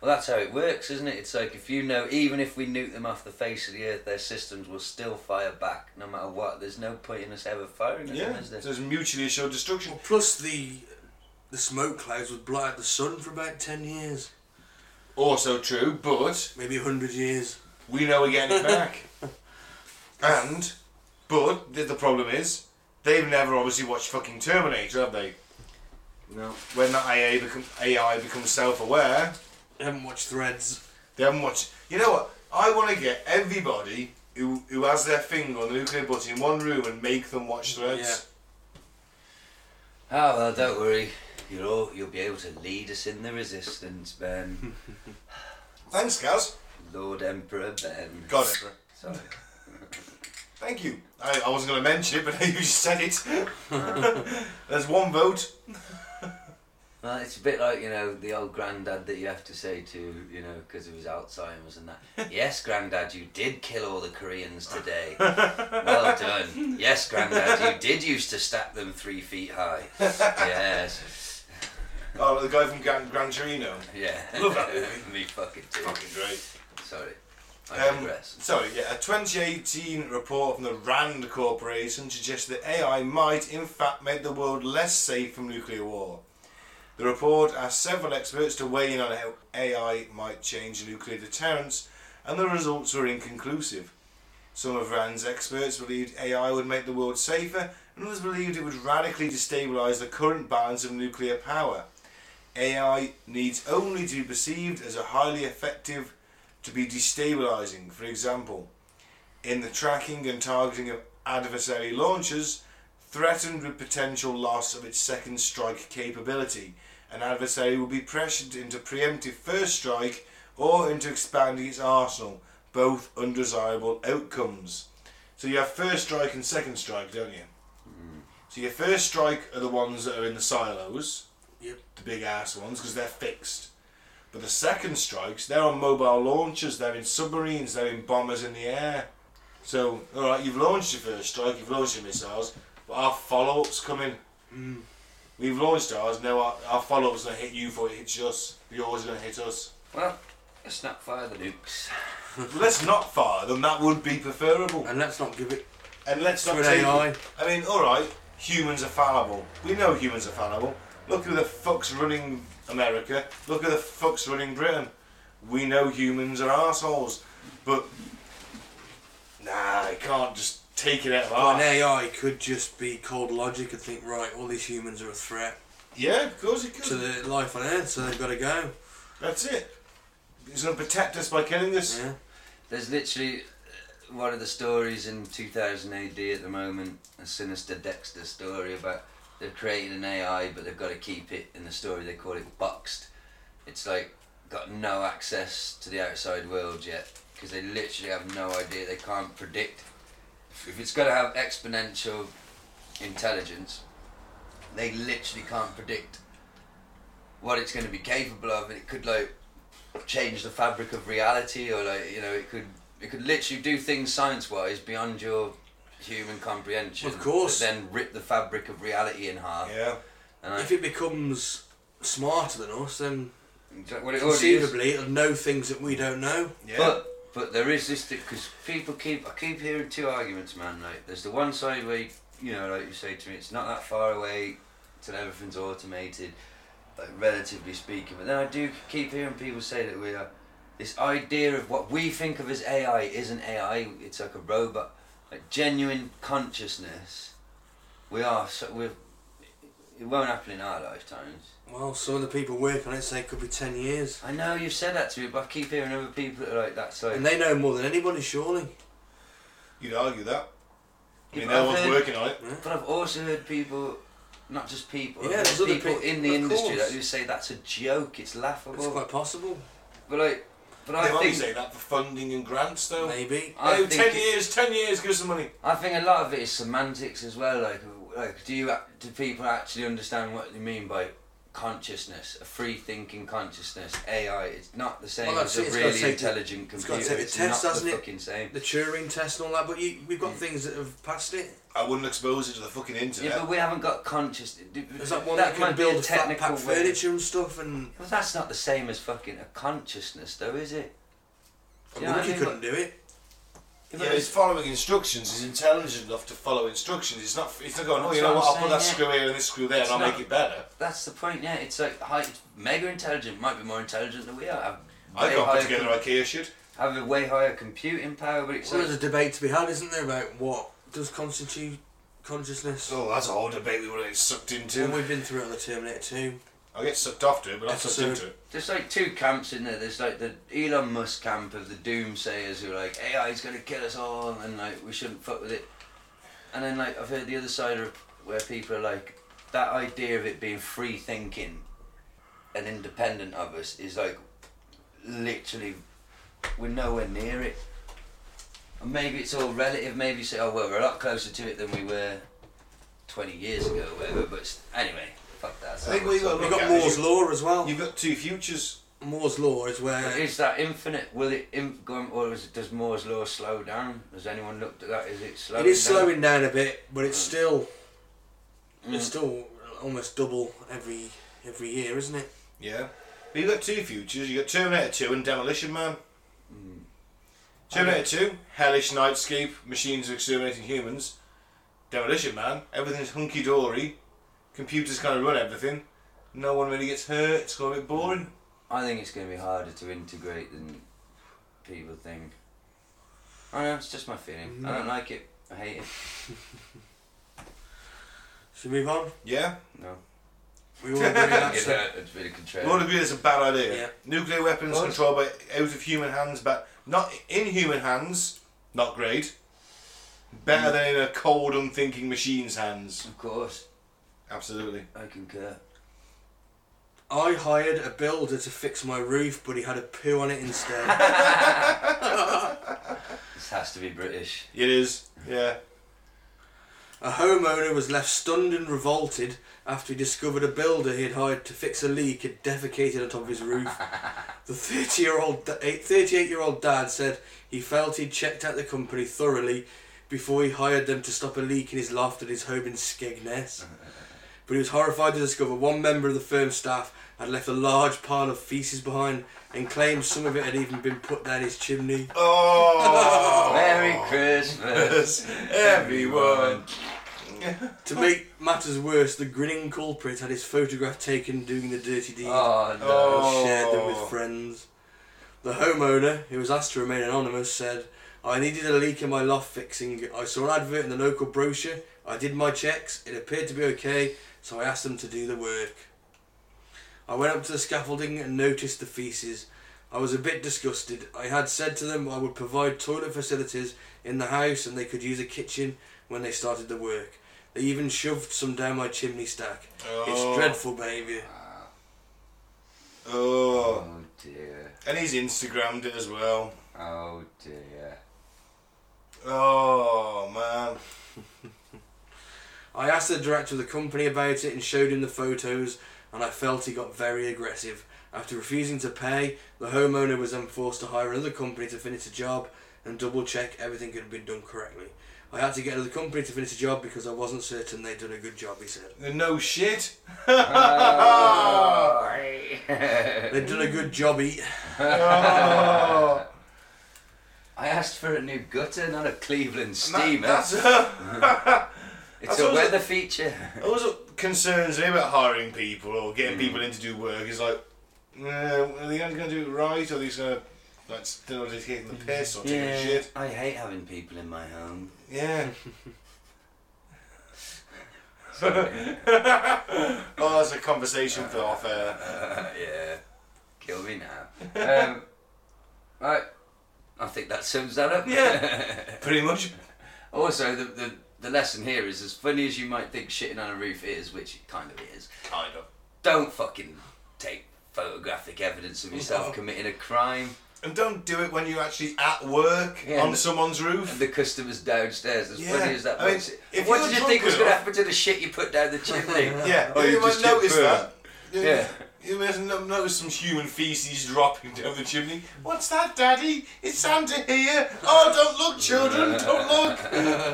[SPEAKER 3] Well, that's how it works, isn't it? It's like if you know, even if we nuke them off the face of the earth, their systems will still fire back, no matter what. There's no point in us ever firing at
[SPEAKER 2] Yeah,
[SPEAKER 3] them, is
[SPEAKER 2] so
[SPEAKER 3] there?
[SPEAKER 2] there's mutually assured destruction.
[SPEAKER 4] Well, plus the the smoke clouds would blot out the sun for about ten years,
[SPEAKER 2] Also true, but
[SPEAKER 4] maybe hundred years.
[SPEAKER 2] we know we're getting it back. *laughs* and, but the, the problem is, they've never obviously watched fucking Terminator, have they?
[SPEAKER 3] No.
[SPEAKER 2] When that AI, become, AI becomes self-aware,
[SPEAKER 4] I haven't watched Threads.
[SPEAKER 2] They haven't watched. You know what? I want to get everybody who who has their finger on the nuclear button in one room and make them watch Threads.
[SPEAKER 3] Oh well, don't worry. You'll all, you'll be able to lead us in the resistance,
[SPEAKER 2] *laughs*
[SPEAKER 3] Ben.
[SPEAKER 2] Thanks, Gaz.
[SPEAKER 3] Lord Emperor Ben.
[SPEAKER 2] Got it.
[SPEAKER 3] Sorry.
[SPEAKER 2] Thank you. I, I wasn't going to mention it, but *laughs* you just said it. There's one vote.
[SPEAKER 3] Well, it's a bit like you know the old granddad that you have to say to you know because of his Alzheimer's and
[SPEAKER 2] *laughs*
[SPEAKER 3] that. yes, granddad, you did kill all the Koreans today. well done. Yes, granddad, you did used to stack them three
[SPEAKER 2] *laughs*
[SPEAKER 3] feet high. Yes.
[SPEAKER 2] Oh, the guy from Gran, Gran Torino.
[SPEAKER 3] Yeah.
[SPEAKER 2] Love
[SPEAKER 3] *laughs*
[SPEAKER 2] that movie.
[SPEAKER 3] Me fucking too.
[SPEAKER 2] Fucking great.
[SPEAKER 3] Sorry. I
[SPEAKER 2] Um,
[SPEAKER 3] digress.
[SPEAKER 2] sorry, yeah, a 2018 report from the RAND Corporation suggests that AI might, in fact, make the world less safe from nuclear war. The report asked several experts to weigh in on how AI might change nuclear deterrence, and the results were inconclusive. Some of RAND's experts believed AI would make the world safer, and others believed it would radically destabilise the current balance of nuclear power. AI needs only to be perceived as a highly effective to be destabilizing. For example, in the tracking and targeting of adversary launchers, threatened with potential loss of its second strike capability, an adversary will be pressured into preemptive first strike or into expanding its arsenal, both undesirable outcomes. So you have first strike and second strike, don't you? So your first strike are the ones that are in the silos,
[SPEAKER 4] Yep.
[SPEAKER 2] the big ass ones, because they're fixed. But the second strikes, they're on mobile launchers, they're in submarines, they're in bombers in the air. So, alright, you've launched your first strike, you've launched your missiles, but our follow up's coming. We've launched ours, now our, our follow up's going to hit you before it hits us. Yours is going to hit us.
[SPEAKER 3] Well, let's not fire the nukes.
[SPEAKER 2] But let's not fire them, that would be preferable.
[SPEAKER 4] And let's not give it
[SPEAKER 2] And let's
[SPEAKER 4] to
[SPEAKER 2] not
[SPEAKER 4] an
[SPEAKER 2] take.
[SPEAKER 4] AI.
[SPEAKER 2] I mean, all right, humans are fallible. We know humans are fallible. Look who the fucks running America. Look who the fucks running Britain. We know humans are assholes, but nah, you can't just take it out of
[SPEAKER 4] An
[SPEAKER 2] our.
[SPEAKER 4] AI could just be cold logic and think, right, all these humans are a threat
[SPEAKER 2] Yeah, of course it could.
[SPEAKER 4] to the life on Earth, so they've got to go.
[SPEAKER 2] That's it. He's gonna protect us by killing us.
[SPEAKER 4] Yeah.
[SPEAKER 3] There's literally uh, one of the stories in 2000 AD at the moment, a sinister Dexter story about they've created an AI but they've got to keep it in the story. They call it boxed. It's like got no access to the outside world yet because they literally have no idea. They can't predict. If it's got to have exponential intelligence, they literally can't predict what it's going to be capable of, and it could like change the fabric of reality or like you know it could it could literally do things science wise beyond your human comprehension
[SPEAKER 4] Of course.
[SPEAKER 3] but then rip the fabric of reality in half
[SPEAKER 2] Yeah.
[SPEAKER 3] and I,
[SPEAKER 4] If it becomes smarter than us, then
[SPEAKER 3] well, it already is.
[SPEAKER 4] conceivably it'll know things that we don't know.
[SPEAKER 2] Yeah.
[SPEAKER 3] But but there is this because people keep I keep hearing two arguments, man. Like there's the one side where you, you know, like you say to me, it's not that far away till everything's automated, like relatively speaking. But then I do keep hearing people say that we are this idea of what we think of as AI isn't AI. It's like a robot, like genuine consciousness. We are so we're. It won't happen in our lifetimes.
[SPEAKER 4] Well, some of the people working on it say it could be 10 years.
[SPEAKER 3] I know you've said that to me, but I keep hearing other people that are like that. So
[SPEAKER 4] And they know more than anybody, surely.
[SPEAKER 2] You'd argue that. I mean,
[SPEAKER 3] Yeah, but
[SPEAKER 2] no
[SPEAKER 3] I've
[SPEAKER 2] one's
[SPEAKER 3] heard-
[SPEAKER 2] working on it.
[SPEAKER 3] But I've also heard people, not just people,
[SPEAKER 4] Yeah,
[SPEAKER 3] there's
[SPEAKER 4] there's other
[SPEAKER 3] people
[SPEAKER 4] peo-
[SPEAKER 3] in the
[SPEAKER 4] of
[SPEAKER 3] industry
[SPEAKER 4] course.
[SPEAKER 3] that who say that's a joke, it's laughable.
[SPEAKER 4] It's quite possible.
[SPEAKER 3] but like, but
[SPEAKER 2] They
[SPEAKER 3] I
[SPEAKER 2] might be
[SPEAKER 3] think,
[SPEAKER 2] saying that for funding and grants, though.
[SPEAKER 4] Maybe.
[SPEAKER 3] I
[SPEAKER 2] oh,
[SPEAKER 3] think
[SPEAKER 2] 10
[SPEAKER 3] it-
[SPEAKER 2] years, 10 years, give us the money.
[SPEAKER 3] I think a lot of it is semantics as well. Like, like, do you ac- do people actually understand what you mean by consciousness, a free thinking consciousness, AI? It's not the same
[SPEAKER 4] Well, that's
[SPEAKER 3] as
[SPEAKER 4] it,
[SPEAKER 3] a
[SPEAKER 4] it's gotta
[SPEAKER 3] really
[SPEAKER 4] take the-
[SPEAKER 3] intelligent
[SPEAKER 4] it's
[SPEAKER 3] computer.
[SPEAKER 4] gotta
[SPEAKER 3] It's,
[SPEAKER 4] take the test,
[SPEAKER 3] not
[SPEAKER 4] hasn't
[SPEAKER 3] the
[SPEAKER 4] it?
[SPEAKER 3] fucking same.
[SPEAKER 4] The Turing test and all that, but you, we've got things that have passed it.
[SPEAKER 2] I wouldn't expose it to the fucking internet.
[SPEAKER 3] Yeah, but we haven't got consciousness.
[SPEAKER 4] There's that one that, can
[SPEAKER 3] might be a
[SPEAKER 4] build flat pack
[SPEAKER 3] way.
[SPEAKER 4] furniture and stuff, and
[SPEAKER 3] Well, that's not the same as fucking a consciousness, though, is it?
[SPEAKER 4] a
[SPEAKER 3] Yeah, I
[SPEAKER 4] monkey
[SPEAKER 3] mean,
[SPEAKER 4] couldn't do it.
[SPEAKER 2] Yeah, he's following instructions. He's intelligent enough to follow instructions. He's not. He's not going. Oh,
[SPEAKER 3] That's
[SPEAKER 2] you know
[SPEAKER 3] what
[SPEAKER 2] what?
[SPEAKER 3] I'm
[SPEAKER 2] I'll put that
[SPEAKER 3] saying,
[SPEAKER 2] screw here and this screw there,
[SPEAKER 3] It's
[SPEAKER 2] and I'll
[SPEAKER 3] not-
[SPEAKER 2] make it better.
[SPEAKER 3] That's the point, yeah. It's like high, it's mega intelligent, might be more intelligent than we are. Have
[SPEAKER 2] I
[SPEAKER 3] way
[SPEAKER 2] can't put
[SPEAKER 3] higher
[SPEAKER 2] together
[SPEAKER 3] com-
[SPEAKER 2] IKEA shit.
[SPEAKER 3] have a way higher computing power, but it's
[SPEAKER 4] So
[SPEAKER 3] like,
[SPEAKER 4] there's a debate to be had, isn't there, about what does constitute consciousness?
[SPEAKER 2] Oh, that's a whole debate we want to get sucked
[SPEAKER 4] And
[SPEAKER 2] into.
[SPEAKER 4] we've been through it on the Terminator 2.
[SPEAKER 2] I get sucked off to it, but I'm sucked
[SPEAKER 4] Episode-
[SPEAKER 2] into it.
[SPEAKER 3] there's like two camps in there. There's like the Elon Musk camp of the doomsayers who are like AI's gonna kill us all, and like we shouldn't fuck with it. And then like I've heard the other side of where people are like that idea of it being free thinking and independent of us is like literally we're nowhere near it. And maybe it's all relative. Maybe you say, oh well, we're a lot closer to it than we were 20 years ago, or whatever. But s- anyway, fuck that.
[SPEAKER 2] I think we got-
[SPEAKER 4] We've
[SPEAKER 2] Look
[SPEAKER 4] got
[SPEAKER 2] at it,
[SPEAKER 4] Moore's
[SPEAKER 2] you-
[SPEAKER 4] Law as well.
[SPEAKER 2] You've got two futures.
[SPEAKER 4] Moore's Law is
[SPEAKER 3] But
[SPEAKER 4] where.
[SPEAKER 3] Is that infinite? Will it in, go, or is, does Moore's law slow down? Has anyone looked at that? Is it slow?
[SPEAKER 4] It is slowing down a bit, but it's still.
[SPEAKER 3] Mm.
[SPEAKER 4] It's still almost double every every year, isn't it?
[SPEAKER 2] Yeah, but you've got two futures. You've got Terminator Two and Demolition Man. Terminator Two, hellish nightscape, machines are exterminating humans. Demolition Man, everything's hunky dory. Computers kind of run everything. No one really gets hurt. It's got a bit boring.
[SPEAKER 3] I think it's going to be harder to integrate than people think. I don't know. It's just my feeling. I don't like it. I hate it.
[SPEAKER 4] Should we move on?
[SPEAKER 2] Yeah.
[SPEAKER 3] *laughs* No.
[SPEAKER 4] We all agree that's
[SPEAKER 3] Get
[SPEAKER 4] a,
[SPEAKER 3] out. It's really
[SPEAKER 2] We all
[SPEAKER 3] contrary.
[SPEAKER 2] agree it's a bad idea.
[SPEAKER 4] Yeah.
[SPEAKER 2] Nuclear weapons
[SPEAKER 3] Well, it's-
[SPEAKER 2] controlled by out of human hands, but not in human hands. Not great. Better than in a cold, unthinking machine's hands.
[SPEAKER 3] Of course,
[SPEAKER 2] Absolutely.
[SPEAKER 3] I concur.
[SPEAKER 4] I hired a builder to fix my roof, but he had a poo on it
[SPEAKER 3] *laughs*
[SPEAKER 4] instead.
[SPEAKER 3] This has to be British.
[SPEAKER 2] It is. Yeah.
[SPEAKER 4] A homeowner was left stunned and revolted after he discovered a builder he had hired to fix a leak had defecated on top of his roof. The 30 year old, 38 year old dad said he felt he'd checked out the company thoroughly before he hired them to stop a leak in his loft at his home in Skegness. But he was horrified to discover one member of the firm's staff had left a large pile of feces behind and claimed some of it had even been put down his chimney.
[SPEAKER 3] *laughs*
[SPEAKER 2] Oh,
[SPEAKER 3] Merry
[SPEAKER 2] *laughs*
[SPEAKER 3] Christmas,
[SPEAKER 2] everyone.
[SPEAKER 4] To make matters worse, the grinning culprit had his photograph taken doing the dirty deed.
[SPEAKER 3] Oh no.
[SPEAKER 2] Oh.
[SPEAKER 4] and shared them with friends. The homeowner, who was asked to remain anonymous, said, I needed a leak in my loft fixing. I saw an advert in the local brochure. I did my checks. It appeared to be okay, so I asked them to do the work. I went up to the scaffolding and noticed the feces. I was a bit disgusted. I had said to them I would provide toilet facilities in the house and they could use a kitchen when they started the work. They even shoved some down my chimney stack.
[SPEAKER 2] Oh.
[SPEAKER 4] It's dreadful behaviour.
[SPEAKER 2] Oh,
[SPEAKER 3] Oh dear.
[SPEAKER 2] and he's Instagrammed it as well.
[SPEAKER 3] Oh dear. *laughs*
[SPEAKER 2] Oh man.
[SPEAKER 4] I asked the director of the company about it and showed him the photos, and I felt he got very aggressive. After refusing to pay, the homeowner was then forced to hire another company to finish the job and double check everything had been done correctly. I had to get another company to finish the job because I wasn't certain they'd done a good job, he said.
[SPEAKER 2] No shit.
[SPEAKER 4] They'd done a good job, he.
[SPEAKER 2] Oh,
[SPEAKER 3] I asked for a new gutter, not a Cleveland
[SPEAKER 2] man,
[SPEAKER 3] steamer.
[SPEAKER 2] that's, uh,
[SPEAKER 3] it's
[SPEAKER 2] that's
[SPEAKER 3] a
[SPEAKER 2] also-
[SPEAKER 3] weather feature. *laughs*
[SPEAKER 2] Those are concerns me uh, about hiring people or getting people in to do work is like, uh, are they going to do it right or are they just going to like still just taking the piss or taking
[SPEAKER 3] Yeah,
[SPEAKER 2] shit?
[SPEAKER 3] I hate having people in my home.
[SPEAKER 2] Yeah. *laughs*
[SPEAKER 3] Sorry.
[SPEAKER 2] Oh, that's a conversation for off air.
[SPEAKER 3] Uh, *laughs* yeah, kill me now. *laughs* Um, right, I think that sums that up.
[SPEAKER 2] Yeah. Pretty much.
[SPEAKER 3] *laughs* also, the, the the lesson here is as funny as you might think shitting on a roof is, which it kind of is.
[SPEAKER 2] Kind of.
[SPEAKER 3] Don't fucking take photographic evidence of yourself committing a crime.
[SPEAKER 2] And don't do it when you're actually at work
[SPEAKER 3] Yeah,
[SPEAKER 2] on
[SPEAKER 3] and-
[SPEAKER 2] someone's roof.
[SPEAKER 3] The *laughs* customers downstairs, as
[SPEAKER 2] Yeah,
[SPEAKER 3] funny as that
[SPEAKER 2] I mean,
[SPEAKER 3] was.
[SPEAKER 2] if
[SPEAKER 3] what
[SPEAKER 2] you're
[SPEAKER 3] did you
[SPEAKER 2] drunk
[SPEAKER 3] think was
[SPEAKER 2] enough-
[SPEAKER 3] going to happen to the shit you put *laughs* down the chimney?
[SPEAKER 2] yeah.
[SPEAKER 3] Oh, you
[SPEAKER 2] Anyone
[SPEAKER 3] just get
[SPEAKER 2] notice
[SPEAKER 3] burned.
[SPEAKER 2] that?
[SPEAKER 3] Yeah.
[SPEAKER 2] You must no- notice some human feces dropping down the chimney. What's that, Daddy? It's Santa here. Oh, don't look,
[SPEAKER 3] *laughs*
[SPEAKER 2] children. Don't look.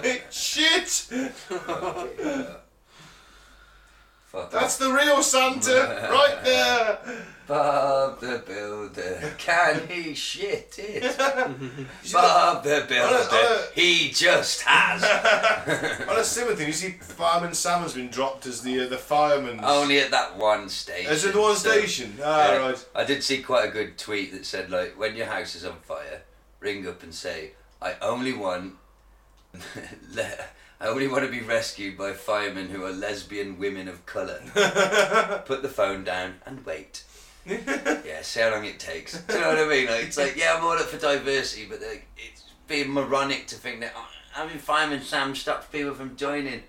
[SPEAKER 2] It's shit.
[SPEAKER 3] Fuck
[SPEAKER 2] That's the real Santa right there.
[SPEAKER 3] Bob the Builder, can he shit it?
[SPEAKER 2] You see that-
[SPEAKER 3] Bob the Builder,
[SPEAKER 2] Hello, hello.
[SPEAKER 3] he just has.
[SPEAKER 2] On a similar thing, you see Fireman Sam has been dropped as the uh, the fireman's.
[SPEAKER 3] Only at that one station.
[SPEAKER 2] As in one
[SPEAKER 3] so-
[SPEAKER 2] station. Ah,
[SPEAKER 3] Yeah.
[SPEAKER 2] right.
[SPEAKER 3] I did see quite a good tweet that said, like, when your house is on fire, ring up and say, I only want. *laughs* le- I only want to be rescued by firemen who are lesbian women
[SPEAKER 2] *laughs*
[SPEAKER 3] of colour. Put the phone down and wait. yeah, see how long it takes. Do you know what I mean? Like, it's like, yeah, I'm all up for diversity, but like, it's being moronic to think that oh, having fireman Sam stops people from joining.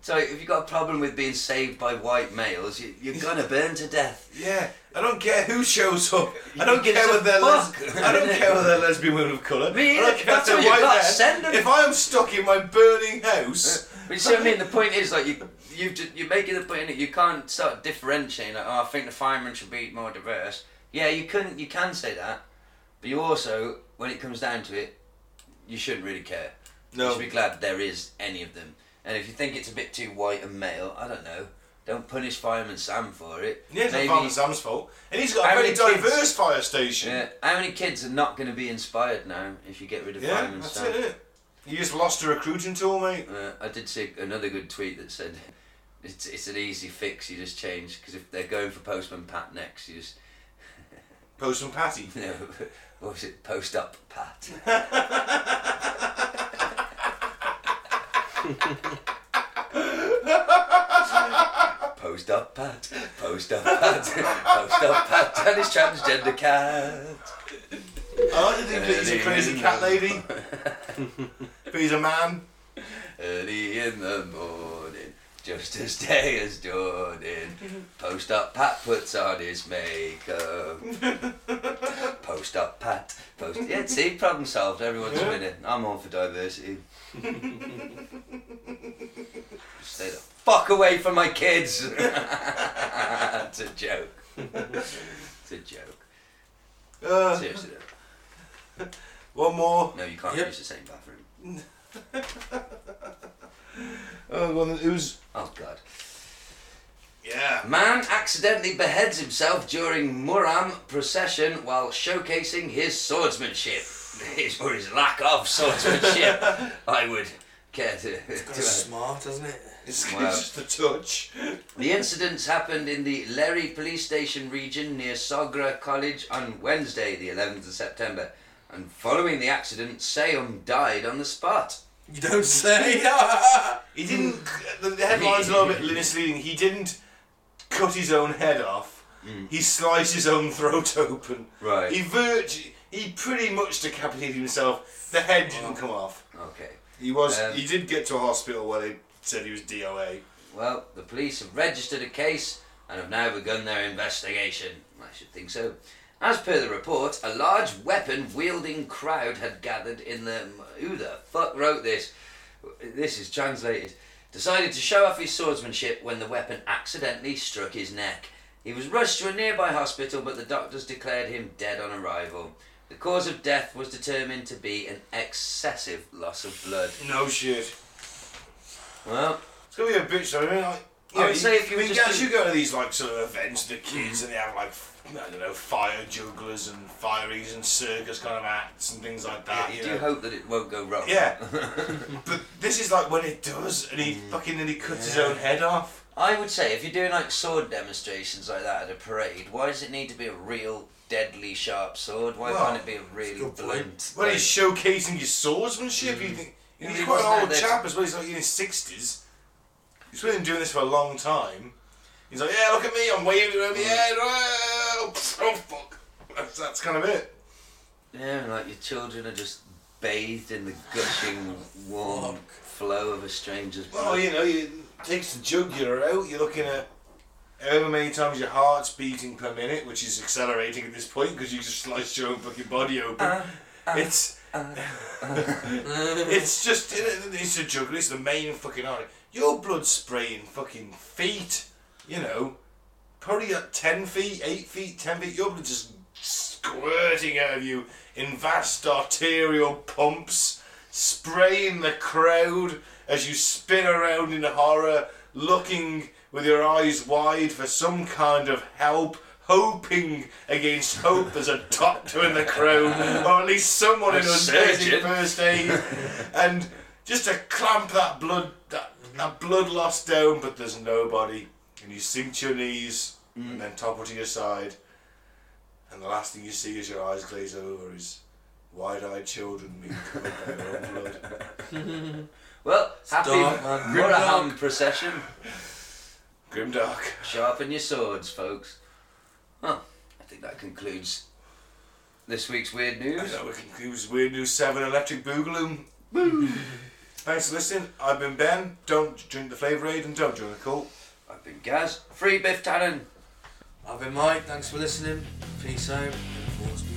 [SPEAKER 3] So if you've got a problem with being saved by white males, you,
[SPEAKER 2] *laughs*
[SPEAKER 3] you're gonna burn to death.
[SPEAKER 2] Yeah, I don't care who shows
[SPEAKER 3] *laughs*
[SPEAKER 2] up. I don't
[SPEAKER 3] gives
[SPEAKER 2] care
[SPEAKER 3] a
[SPEAKER 2] whether they're les-
[SPEAKER 3] fuck?
[SPEAKER 2] I don't care whether they're lesbian women of colour.
[SPEAKER 3] Me
[SPEAKER 2] I don't care
[SPEAKER 3] either.
[SPEAKER 2] if
[SPEAKER 3] That's
[SPEAKER 2] they're
[SPEAKER 3] what you've
[SPEAKER 2] white
[SPEAKER 3] got.
[SPEAKER 2] men.
[SPEAKER 3] Send 'em.
[SPEAKER 2] If I am stuck in my burning
[SPEAKER 3] *laughs*
[SPEAKER 2] house,
[SPEAKER 3] But you see what I mean? The point is, like, you, you ju- you're making the point that you can't start differentiating, like, oh, I think the firemen should be more diverse. Yeah, you can, you can say that, but you also, when it comes down to it, you shouldn't really care. You
[SPEAKER 2] No.
[SPEAKER 3] should be glad there is any of them. And if you think it's a bit too white and male, I don't know, don't punish Fireman Sam for it.
[SPEAKER 2] yeah, it's not
[SPEAKER 3] Maybe-
[SPEAKER 2] Farmer Sam's fault. And he's got
[SPEAKER 3] How
[SPEAKER 2] a very
[SPEAKER 3] many kids?
[SPEAKER 2] diverse fire station.
[SPEAKER 3] Yeah, how many kids are not going to be inspired now if you get rid of
[SPEAKER 2] Yeah,
[SPEAKER 3] Fireman
[SPEAKER 2] that's
[SPEAKER 3] Sam?
[SPEAKER 2] it, it. You just lost a recruiting tool, mate.
[SPEAKER 3] Uh, I did see another good tweet that said, "It's it's an easy fix. You just change because if they're going for postman Pat next, you just
[SPEAKER 2] Postman
[SPEAKER 3] *laughs*
[SPEAKER 2] Patty.
[SPEAKER 3] you know, what was it? Post up Pat." Post up Pat, post up Pat, *laughs* post up Pat, and his transgender cat.
[SPEAKER 2] I like to think that he's a crazy cat
[SPEAKER 3] *laughs*
[SPEAKER 2] lady, but he's a man.
[SPEAKER 3] Early in the morning, just as day as dawning. Post up Pat puts on his makeup. Post up Pat. Post. Yeah, see, problem solved. Everyone's
[SPEAKER 2] Yeah.
[SPEAKER 3] winning. I'm all for diversity. Stay the fuck away from my kids. *laughs* it's a joke. it's a joke.
[SPEAKER 2] Uh,
[SPEAKER 3] Seriously, though.
[SPEAKER 2] one more.
[SPEAKER 3] no, you can't
[SPEAKER 4] Yep.
[SPEAKER 3] use the same bathroom.
[SPEAKER 2] Uh, one that- who's.
[SPEAKER 3] Oh God.
[SPEAKER 2] Yeah.
[SPEAKER 3] Man accidentally beheads himself during Muram procession while showcasing his swordsmanship. *laughs* His, or his lack of swordsmanship, I would care to.
[SPEAKER 4] That's
[SPEAKER 3] to add.
[SPEAKER 4] smart, isn't it?
[SPEAKER 2] It's,
[SPEAKER 3] Wow.
[SPEAKER 2] it's just a touch.
[SPEAKER 3] The incidents happened in the Lerry police station region near Sogra College on Wednesday, the 11th of September. And following the accident, Seum died on the spot.
[SPEAKER 4] You don't say. *laughs*
[SPEAKER 2] He
[SPEAKER 3] Hmm.
[SPEAKER 2] didn't. The, the headline's a little bit misleading. He didn't cut his own head off. He sliced his own throat open.
[SPEAKER 3] Hmm. Right.
[SPEAKER 2] He virtu- He pretty much decapitated himself. The head didn't come off.
[SPEAKER 3] Okay.
[SPEAKER 2] He was.
[SPEAKER 3] Um,
[SPEAKER 2] he did get to a hospital where they said he was DOA.
[SPEAKER 3] Well, the police have registered a case and have now begun their investigation. I should think so. As per the report, a large weapon wielding crowd had gathered in the. Who the fuck wrote this? This is translated. Decided to show off his swordsmanship when the weapon accidentally struck his neck. He was rushed to a nearby hospital, but the doctors declared him dead on arrival. The cause of death was determined to be an excessive loss of blood.
[SPEAKER 2] No shit.
[SPEAKER 3] Well,
[SPEAKER 2] It's gonna be a bitch though. I mean, like,
[SPEAKER 3] I would say if you
[SPEAKER 2] I
[SPEAKER 3] were
[SPEAKER 2] mean,
[SPEAKER 3] just Mm-hmm.
[SPEAKER 2] as
[SPEAKER 3] to-
[SPEAKER 2] you go to these like sort of events, the kids and they have like I don't know, fire jugglers and fireys and circus kind of acts and things like that.
[SPEAKER 3] you
[SPEAKER 2] you
[SPEAKER 3] do
[SPEAKER 2] know.
[SPEAKER 3] hope that it won't go wrong.
[SPEAKER 2] *laughs* Yeah. but this is like when it does, and he fucking nearly cuts his own head off.
[SPEAKER 3] I would say if you're doing like sword demonstrations like that at a parade, why does it need to be a real deadly sharp sword? Why
[SPEAKER 2] Well,
[SPEAKER 3] can't it be a really
[SPEAKER 4] good point.
[SPEAKER 3] blunt?
[SPEAKER 2] Well,
[SPEAKER 3] like-
[SPEAKER 2] he's showcasing his swordsmanship. You think
[SPEAKER 3] Yeah,
[SPEAKER 2] he's
[SPEAKER 3] he
[SPEAKER 2] quite
[SPEAKER 3] wasn't
[SPEAKER 2] an old
[SPEAKER 3] there-
[SPEAKER 2] chap as well. He's like in his sixties. He's been doing this for a long time. He's like, yeah, look at me, I'm waving over the head. *laughs* Oh, oh fuck. That's, that's kind of it.
[SPEAKER 3] yeah, and, like your children are just bathed in the gushing warm
[SPEAKER 4] Fuck.
[SPEAKER 3] flow of a stranger's blood.
[SPEAKER 2] Well, you know, you, it takes the jugular out. You're looking at however many times your heart's beating per minute, which is accelerating at this point because you just sliced your own fucking body open. uh. it's *laughs* it's just it's a jugular. It's the main fucking artery. Your blood spraying fucking feet. You know, probably at ten feet, eight feet, ten feet. Your blood just squirting out of you in vast arterial pumps, spraying the crowd as you spin around in horror, looking with your eyes wide for some kind of help. Hoping against hope there's a doctor in the crowd, or at least someone in
[SPEAKER 3] surgeon.
[SPEAKER 2] unbasic first aid, and just to clamp that blood that, that blood loss down. But there's nobody, and you sink to your knees and then topple to your side, and the last thing you see as your eyes glaze over is wide-eyed children being covered by their own blood.
[SPEAKER 3] Well, happy
[SPEAKER 4] dark, man.
[SPEAKER 3] Muraham procession.
[SPEAKER 2] Grimdark.
[SPEAKER 3] Sharpen your swords, folks. Huh. I think that concludes this week's weird news.
[SPEAKER 2] That we concludes Weird News 7 Electric Boogaloo. Thanks for listening. I've been Ben. Don't drink the flavour aid and don't join the cult.
[SPEAKER 3] I've been Gaz. Free Biff Tannen.
[SPEAKER 4] I've been Mike. Thanks for listening. Peace out. and force be